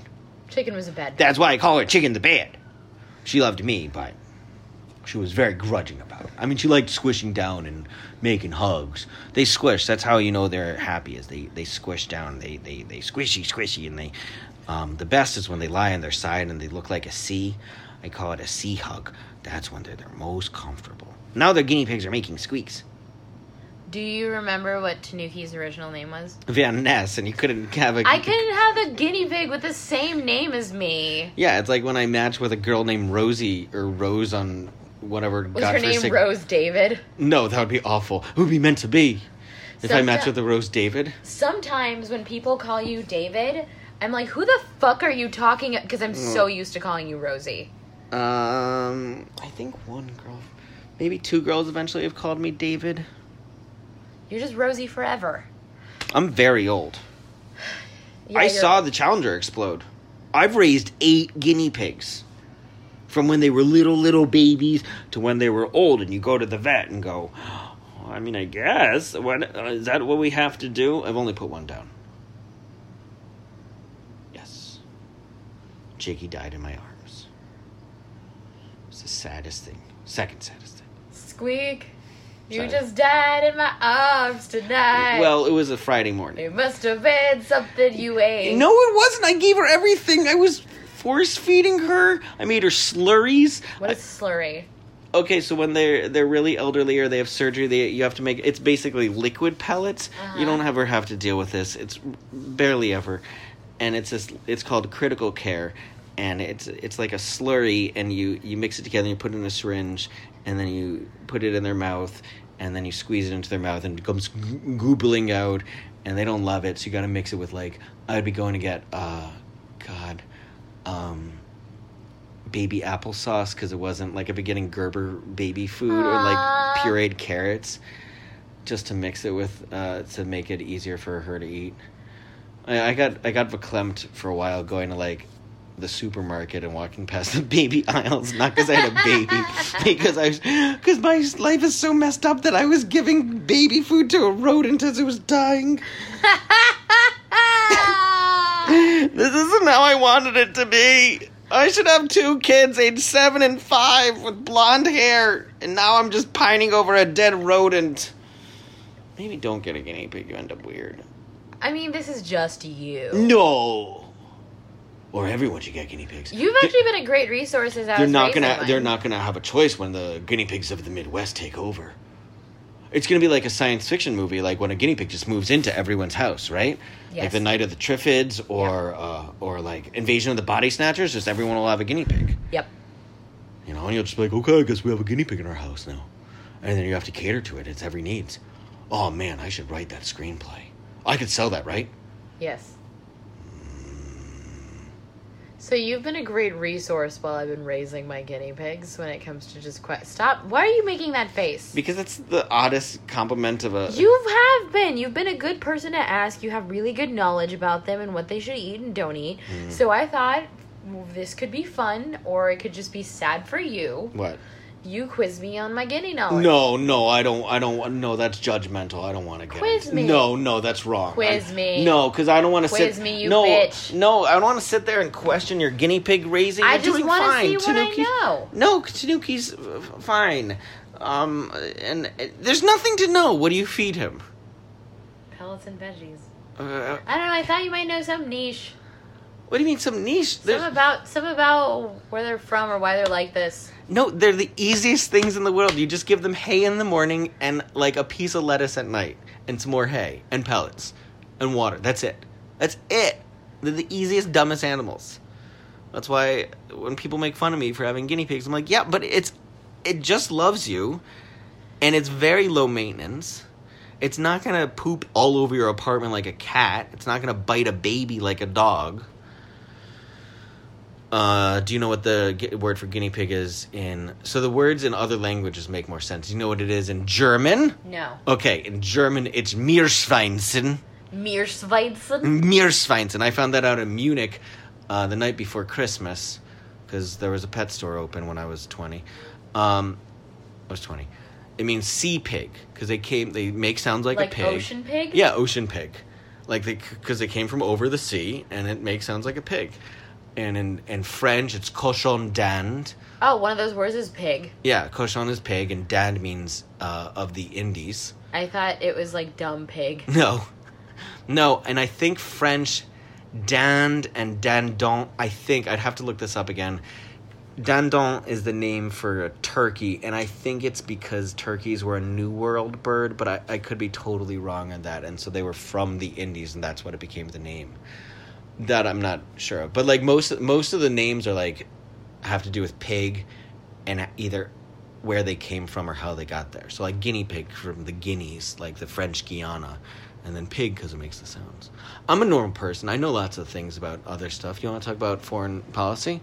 [SPEAKER 2] chicken was a bad.
[SPEAKER 3] that's why i call her chicken the bad she loved me but she was very grudging about it i mean she liked squishing down and making hugs they squish that's how you know they're happy is they they squish down they they, they squishy squishy and they um, the best is when they lie on their side and they look like a sea i call it a sea hug that's when they're their most comfortable now their guinea pigs are making squeaks
[SPEAKER 2] Do you remember what Tanuki's original name was?
[SPEAKER 3] Van Ness, and you couldn't have a.
[SPEAKER 2] I couldn't have a guinea pig with the same name as me.
[SPEAKER 3] Yeah, it's like when I matched with a girl named Rosie or Rose on whatever.
[SPEAKER 2] Was her name
[SPEAKER 3] godforsaken-
[SPEAKER 2] Rose David?
[SPEAKER 3] No, that would be awful. It would be meant to be. If I matched
[SPEAKER 2] Someti-
[SPEAKER 3] with a Rose David,
[SPEAKER 2] Sometimes when people call you David, I'm like, who the fuck are you talking? Because I'm
[SPEAKER 3] Mm.
[SPEAKER 2] so used to calling you Rosie.
[SPEAKER 3] um, I think one girl, maybe two girls, eventually have called me David.
[SPEAKER 2] You're just Rosie forever.
[SPEAKER 3] I'm very old.
[SPEAKER 2] Yeah,
[SPEAKER 3] I
[SPEAKER 2] you're-
[SPEAKER 3] saw the Challenger explode. I've raised eight guinea pigs. From when they were little, little babies to when they were old, and you go to the vet and go, "Well, I mean, I guess. What, uh, is that what we have to do? I've only put one down. Yes. Jakey died in my arms. It was the saddest thing. Second saddest thing.
[SPEAKER 2] Squeak. You
[SPEAKER 3] Sorry.
[SPEAKER 2] just died in my arms tonight.
[SPEAKER 3] Well, it was a Friday morning.
[SPEAKER 2] it must have been something you ate.
[SPEAKER 3] No, it wasn't. I gave her everything. I was force feeding her. I made her slurries.
[SPEAKER 2] What is
[SPEAKER 3] <laughs>
[SPEAKER 2] slurry?
[SPEAKER 3] okay so when they're they're really elderly or they have surgery they you have to make it's basically liquid pellets you don't ever have to deal with this it's barely ever and it's this it's called critical care and it's it's like a slurry and you you mix it together and you put it in a syringe and then you put it in their mouth and then you squeeze it into their mouth and it comes goo- goobling out and they don't love it so you got to mix it with like i'd be going to get uh god um baby applesauce because it wasn't like I've been getting Gerber baby food or
[SPEAKER 2] Aw.
[SPEAKER 3] like pureed carrots, just to mix it with uh, to make it easier for her to eat. I, I got I got verklempt for a while going to like the supermarket and walking past the <laughs> baby aisles, not because I had a baby, because I was because my life is so messed up that I was giving baby food to a rodent as it was dying. This isn't how I wanted it to be. I should have two kids, age seven and five, with blonde hair, and now I'm just pining over a dead rodent. Maybe don't get a guinea pig, you end up weird.
[SPEAKER 2] I mean, this is just you.
[SPEAKER 3] No! Or everyone should get guinea pigs.
[SPEAKER 2] You've actually been a great resource as I
[SPEAKER 3] they're
[SPEAKER 2] was
[SPEAKER 3] not gonna
[SPEAKER 2] raising
[SPEAKER 3] they're
[SPEAKER 2] mine.
[SPEAKER 3] not gonna have a choice when the guinea pigs of the Midwest take over. It's gonna be like a science fiction movie, like when a guinea pig just moves into everyone's house, right? Like
[SPEAKER 2] Yes.
[SPEAKER 3] the Night of the Triffids, or uh, or like Invasion of the Body Snatchers. Just everyone will have a guinea pig,
[SPEAKER 2] Yep.
[SPEAKER 3] you know, and you'll just be like, okay, I guess we have a guinea pig in our house now, and then you have to cater to it. It's every needs. Oh man, I should write that screenplay. I could sell that, right?
[SPEAKER 2] Yes. So you've been a great resource while I've been raising my guinea pigs when it comes to just que- stop. Why are you making that face?
[SPEAKER 3] Because it's the oddest compliment of a.
[SPEAKER 2] you have been. You've been a good person to ask. You have really good knowledge about them and what they should eat and don't eat.
[SPEAKER 3] Mm-hmm.
[SPEAKER 2] So I thought well, this could be fun or it could just be sad for you.
[SPEAKER 3] what?
[SPEAKER 2] You quiz me on my guinea knowledge.
[SPEAKER 3] No, no, I don't. I don't. want- No, that's judgmental. I don't want to get.
[SPEAKER 2] Quiz
[SPEAKER 3] into-
[SPEAKER 2] me.
[SPEAKER 3] No, no, that's wrong.
[SPEAKER 2] Quiz
[SPEAKER 3] I-
[SPEAKER 2] me.
[SPEAKER 3] No, because I don't want to sit.
[SPEAKER 2] Quiz me, you
[SPEAKER 3] no,
[SPEAKER 2] bitch.
[SPEAKER 3] No, I don't want to sit there and question your guinea pig raising.
[SPEAKER 2] I
[SPEAKER 3] You're
[SPEAKER 2] just
[SPEAKER 3] doing
[SPEAKER 2] wanna
[SPEAKER 3] fine.
[SPEAKER 2] see what I
[SPEAKER 3] Tanuki's-
[SPEAKER 2] know.
[SPEAKER 3] No, Tanuki's uh, f- fine. Um, and uh, there's nothing to know. What do you feed him?
[SPEAKER 2] Pellets and veggies.
[SPEAKER 3] Uh,
[SPEAKER 2] I don't know. I thought you might know some niche.
[SPEAKER 3] what do you mean some niche? There's,
[SPEAKER 2] Some about some about where they're from or why they're like this.
[SPEAKER 3] No, they're the easiest things in the world. You just give them hay in the morning and like a piece of lettuce at night and some more hay and pellets and water. That's it. That's it. They're the easiest, dumbest animals. That's why when people make fun of me for having guinea pigs, I'm like, yeah, but it's it just loves you and it's very low maintenance. It's not gonna poop all over your apartment like a cat. It's not gonna bite a baby like a dog. Uh, do you know what the gu- word for guinea pig is in? So the words in other languages make more sense. Do you know what it is in German?
[SPEAKER 2] No.
[SPEAKER 3] Okay, in German it's Meerschweinchen.
[SPEAKER 2] Meerschweinchen?
[SPEAKER 3] Mm, Meerschweinchen. I found that out in Munich uh, the night before Christmas because there was a pet store open when I was 20. Um, I was 20. It means sea pig because they came, they make sounds like,
[SPEAKER 2] Like
[SPEAKER 3] a pig.
[SPEAKER 2] ocean pig?
[SPEAKER 3] Yeah, ocean pig. Like they, because they came from over the sea and it makes sounds like a pig. And in, in French, it's cochon dand.
[SPEAKER 2] Oh, one of those words is pig.
[SPEAKER 3] Yeah, cochon is pig and dand means uh, of the Indies. <laughs>
[SPEAKER 2] I thought it was like dumb pig.
[SPEAKER 3] No. No, and I think French dand and dandon, I think I'd have to look this up again. Dandon is the name for a turkey, and I think it's because turkeys were a New World bird, but I, I could be totally wrong on that. And so they were from the Indies, and that's what it became the name. That I'm not sure of. But like most most of the names are like have to do with pig and either where they came from or how they got there. So like guinea pig from the Guineas, like the French Guiana, and then pig because it makes the sounds. I'm a normal person. I know lots of things about other stuff. You want to talk about foreign policy?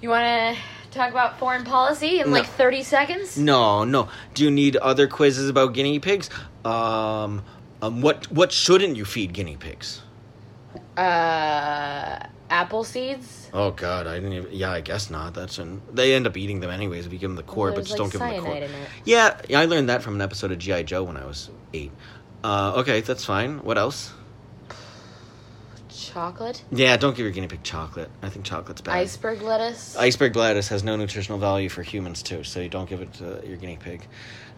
[SPEAKER 2] You want to talk about foreign policy in
[SPEAKER 3] No.
[SPEAKER 2] like 30 seconds?
[SPEAKER 3] No, no. Do you need other quizzes about guinea pigs? Um, um what what shouldn't you feed guinea pigs?
[SPEAKER 2] Uh, apple seeds?
[SPEAKER 3] Oh God, I didn't even. Yeah, I guess not. That's an, they end up eating them anyways. We give them the core, but
[SPEAKER 2] There's,
[SPEAKER 3] just
[SPEAKER 2] like,
[SPEAKER 3] don't give them the core.
[SPEAKER 2] cyanide in it.
[SPEAKER 3] Yeah, yeah, I learned that from an episode of GI Joe when I was eight. Uh, okay, that's fine. What else?
[SPEAKER 2] Chocolate?
[SPEAKER 3] Yeah, don't give your guinea pig chocolate. I think chocolate's bad.
[SPEAKER 2] Iceberg lettuce?
[SPEAKER 3] Iceberg lettuce has no nutritional value for humans too, so you don't give it to your guinea pig.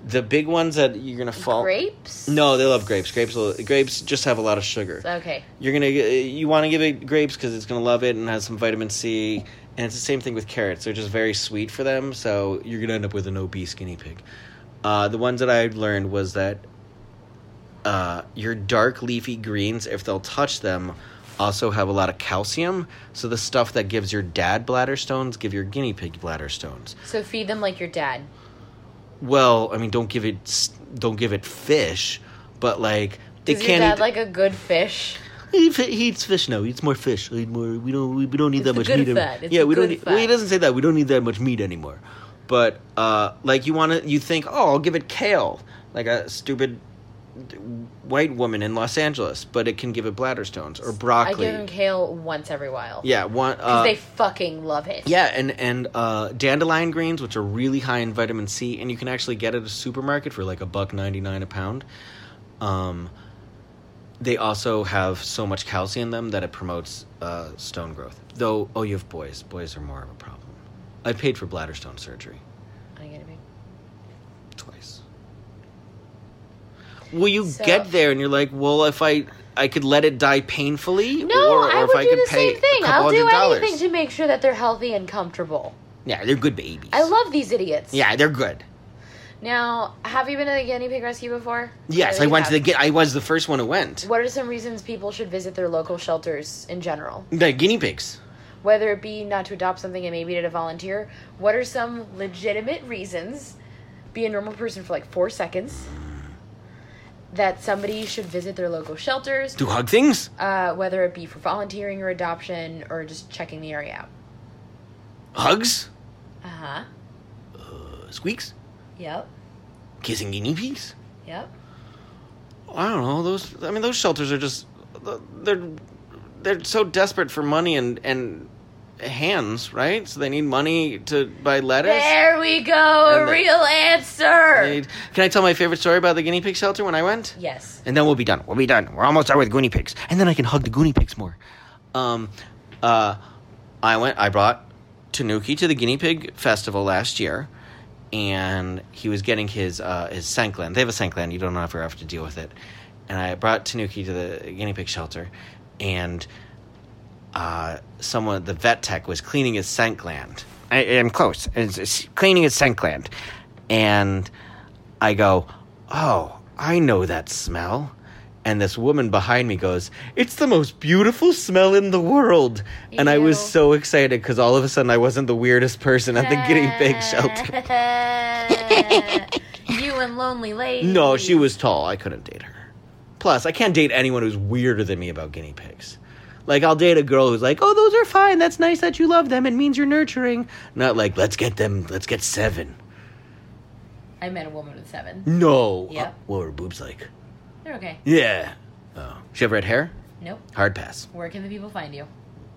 [SPEAKER 3] The big ones that you're gonna fall. Mm.
[SPEAKER 2] Grapes?
[SPEAKER 3] No, they love grapes. Grapes, will- grapes just have a lot of sugar.
[SPEAKER 2] Okay.
[SPEAKER 3] You're gonna you want to give it grapes because it's gonna love it and has some vitamin C. And it's the same thing with carrots; they're just very sweet for them. So you're gonna end up with an obese guinea pig. Uh, the ones that I learned was that uh, your dark leafy greens, if they'll touch them, also have a lot of calcium. So the stuff that gives your dad bladder stones give your guinea pig bladder stones.
[SPEAKER 2] So feed them like your dad.
[SPEAKER 3] Well, I mean, don't give it s- don't give it fish, but like they
[SPEAKER 2] Is your dad
[SPEAKER 3] can't eat-
[SPEAKER 2] like a good fish?
[SPEAKER 3] He, fi- he eats fish now. He eats more fish. He eat more. We don't. We, we don't need
[SPEAKER 2] It's
[SPEAKER 3] that
[SPEAKER 2] the
[SPEAKER 3] much
[SPEAKER 2] good
[SPEAKER 3] meat. any-
[SPEAKER 2] fat. It's
[SPEAKER 3] yeah,
[SPEAKER 2] the
[SPEAKER 3] we don't.
[SPEAKER 2] good
[SPEAKER 3] Need, well, he
[SPEAKER 2] fat.
[SPEAKER 3] doesn't say that. We don't need that much meat anymore. But uh, like you want to, you think, oh, I'll give it kale, like a stupid white woman in Los Angeles. But it can give it bladder stones or
[SPEAKER 2] I
[SPEAKER 3] broccoli.
[SPEAKER 2] give him kale once every while.
[SPEAKER 3] yeah, one.
[SPEAKER 2] Because
[SPEAKER 3] Uh,
[SPEAKER 2] they fucking love it.
[SPEAKER 3] yeah, and and uh, dandelion greens, which are really high in vitamin C, and you can actually get at a supermarket for like a buck ninety nine a pound. Um, they also have so much calcium in them that it promotes uh, stone growth. Though, oh, you have boys. Boys are more of a problem. I paid for bladder stone surgery
[SPEAKER 2] I get it.
[SPEAKER 3] twice. Well, you
[SPEAKER 2] So-
[SPEAKER 3] get there and you're like, well, if I I could let it die painfully,
[SPEAKER 2] No,
[SPEAKER 3] or, or
[SPEAKER 2] I
[SPEAKER 3] if
[SPEAKER 2] would
[SPEAKER 3] I
[SPEAKER 2] do
[SPEAKER 3] could
[SPEAKER 2] the
[SPEAKER 3] pay
[SPEAKER 2] same thing.
[SPEAKER 3] a couple
[SPEAKER 2] I'll do
[SPEAKER 3] hundred dollars.
[SPEAKER 2] anything to make sure that they're healthy and comfortable.
[SPEAKER 3] Yeah, they're good babies.
[SPEAKER 2] I love these idiots.
[SPEAKER 3] Yeah, they're good.
[SPEAKER 2] Now, have you been to the guinea pig rescue before?
[SPEAKER 3] Yes,
[SPEAKER 2] Sure
[SPEAKER 3] I
[SPEAKER 2] you
[SPEAKER 3] went to the.
[SPEAKER 2] have.
[SPEAKER 3] gui- I was the first one who went.
[SPEAKER 2] What are some reasons people should visit their local shelters in general?
[SPEAKER 3] The guinea pigs.
[SPEAKER 2] Whether it be not to adopt something and maybe to volunteer, what are some legitimate reasons? Be a normal person for like four seconds. That somebody should visit their local shelters,
[SPEAKER 3] Do hug things?
[SPEAKER 2] uh, whether it be for volunteering or adoption or just checking the area out.
[SPEAKER 3] Hugs?
[SPEAKER 2] Uh huh.
[SPEAKER 3] Uh, squeaks?
[SPEAKER 2] Yep.
[SPEAKER 3] Kissing guinea pigs?
[SPEAKER 2] Yep.
[SPEAKER 3] I don't know. Those. I mean, those shelters are just. They're. They're so desperate for money and and hands, right? So they need money to buy lettuce.
[SPEAKER 2] There we go, a
[SPEAKER 3] And the-
[SPEAKER 2] real answer.
[SPEAKER 3] They need- can I tell my favorite story about the guinea pig shelter when I went?
[SPEAKER 2] yes.
[SPEAKER 3] and then we'll be done. We'll be done. We're almost done with guinea pigs, and then I can hug the guinea pigs more. Um, uh, I went. I brought Tanuki to the guinea pig festival last year, and he was getting his uh, his Sanklan. They have a Sanklan. You don't ever have to deal with it. And I brought Tanuki to the guinea pig shelter, and uh, someone the vet tech was cleaning his Sankland I, I'm close. It's, it's cleaning his scent gland, and I go, "Oh, I know that smell." And this woman behind me goes, "It's the most beautiful smell in the world." And I was
[SPEAKER 2] Ew.
[SPEAKER 3] so excited because all of a sudden I wasn't the weirdest person at the guinea pig shelter.
[SPEAKER 2] <laughs> you and lonely lady.
[SPEAKER 3] No, she was tall. I couldn't date her. Plus, I can't date anyone who's weirder than me about guinea pigs. Like, I'll date a girl who's like, oh, those are fine. That's nice that you love them. It means you're nurturing. Not like, let's get them, let's get seven.
[SPEAKER 2] I met a woman with seven.
[SPEAKER 3] No.
[SPEAKER 2] Yeah.
[SPEAKER 3] Uh, what were her boobs like?
[SPEAKER 2] They're okay.
[SPEAKER 3] Yeah. Oh. She have red hair?
[SPEAKER 2] Nope.
[SPEAKER 3] Hard pass.
[SPEAKER 2] Where can the people find you?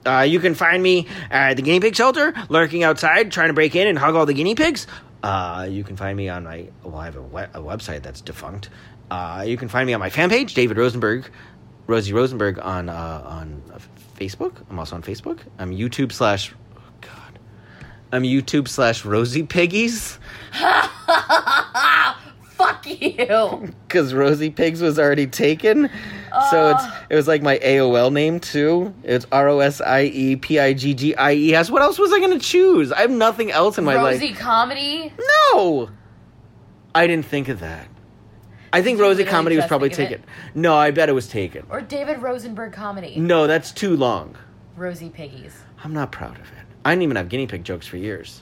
[SPEAKER 3] Uh, you can find me at the guinea pig shelter, lurking outside, trying to break in and hug all the guinea pigs. Uh, you can find me on my well, I have a, we- a website that's defunct. Uh, you can find me on my fan page, David Rosenberg, Rosie Rosenberg on uh, on uh, Facebook. I'm also on Facebook. I'm YouTube slash. Oh God, I'm YouTube slash Rosie Piggies
[SPEAKER 2] Fuck you.
[SPEAKER 3] because Rosie Pigs was already taken. So it's
[SPEAKER 2] Ah.
[SPEAKER 3] it was like my AOL name too. It's R O S I E P I G G I E S. What else was I gonna choose? I have nothing else in <laughs> my
[SPEAKER 2] Rosie
[SPEAKER 3] life.
[SPEAKER 2] comedy.
[SPEAKER 3] No, I didn't think of that. I think
[SPEAKER 2] Did you
[SPEAKER 3] Rosie
[SPEAKER 2] literally
[SPEAKER 3] comedy was
[SPEAKER 2] just
[SPEAKER 3] probably
[SPEAKER 2] think of
[SPEAKER 3] taken. No, I bet it was taken.
[SPEAKER 2] Or David Rosenberg comedy.
[SPEAKER 3] No, that's too long.
[SPEAKER 2] Rosie Piggies.
[SPEAKER 3] I'm not proud of it. I didn't even have guinea pig jokes for years.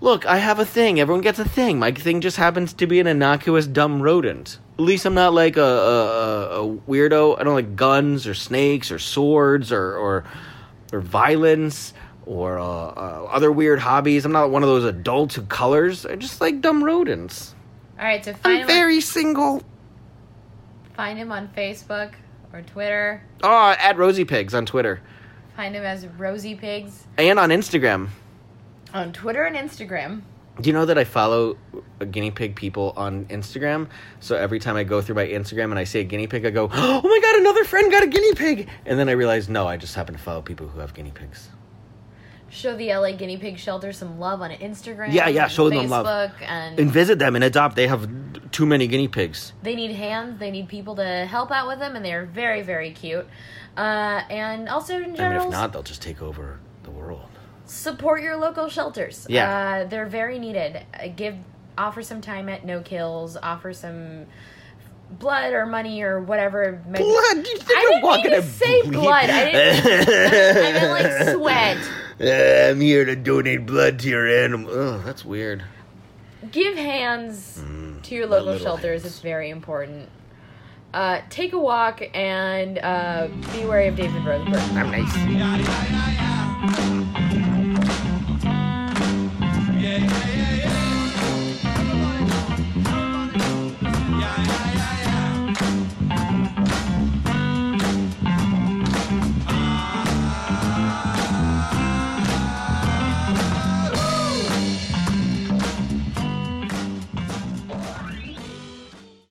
[SPEAKER 3] Look, I have a thing. Everyone gets a thing. My thing just happens to be an innocuous dumb rodent. At least I'm not like a, a, a- a weirdo. I don't like guns or snakes or swords or or, or violence or uh, uh, other weird hobbies. I'm not one of those adults who colors. I just like dumb rodents.
[SPEAKER 2] All right, so find
[SPEAKER 3] I'm
[SPEAKER 2] him,
[SPEAKER 3] very single.
[SPEAKER 2] on, find him on Facebook or Twitter.
[SPEAKER 3] Oh, at Rosie Pigs on Twitter
[SPEAKER 2] Find him as Rosie Pigs
[SPEAKER 3] and on Instagram.
[SPEAKER 2] on Twitter and Instagram.
[SPEAKER 3] Do you know that I follow uh, guinea pig people on Instagram? So every time I go through my Instagram and I see a guinea pig, I go, <gasps> "Oh my god, another friend got a guinea pig!" And then I realize, no, I just happen to follow people who have guinea pigs.
[SPEAKER 2] Show the LA Guinea Pig Shelter some love on Instagram.
[SPEAKER 3] Yeah, yeah,
[SPEAKER 2] and
[SPEAKER 3] show them love.
[SPEAKER 2] Facebook, And
[SPEAKER 3] And visit them and adopt. They have too many guinea pigs.
[SPEAKER 2] they need hands. They need people to help out with them, and they're very, very cute. Uh, and also in
[SPEAKER 3] I mean,
[SPEAKER 2] general,
[SPEAKER 3] if not, they'll just take over the world.
[SPEAKER 2] support your local shelters.
[SPEAKER 3] Yeah.
[SPEAKER 2] uh, they're very needed. Uh, give, offer some time at no kills. Offer some blood or money or whatever. Maybe.
[SPEAKER 3] Blood? You think
[SPEAKER 2] I
[SPEAKER 3] am
[SPEAKER 2] didn't
[SPEAKER 3] walking
[SPEAKER 2] mean to
[SPEAKER 3] a
[SPEAKER 2] say
[SPEAKER 3] bleep?
[SPEAKER 2] blood.
[SPEAKER 3] <laughs>
[SPEAKER 2] I didn't. I meant like sweat.
[SPEAKER 3] Uh, I'm here to donate blood to your animal. Ugh, that's weird.
[SPEAKER 2] give hands to your local
[SPEAKER 3] Mm, little
[SPEAKER 2] shelters.
[SPEAKER 3] hands.
[SPEAKER 2] It's very important. Uh, take a walk and uh, be wary of David Rosenberg.
[SPEAKER 3] I'm nice.
[SPEAKER 4] Yeah.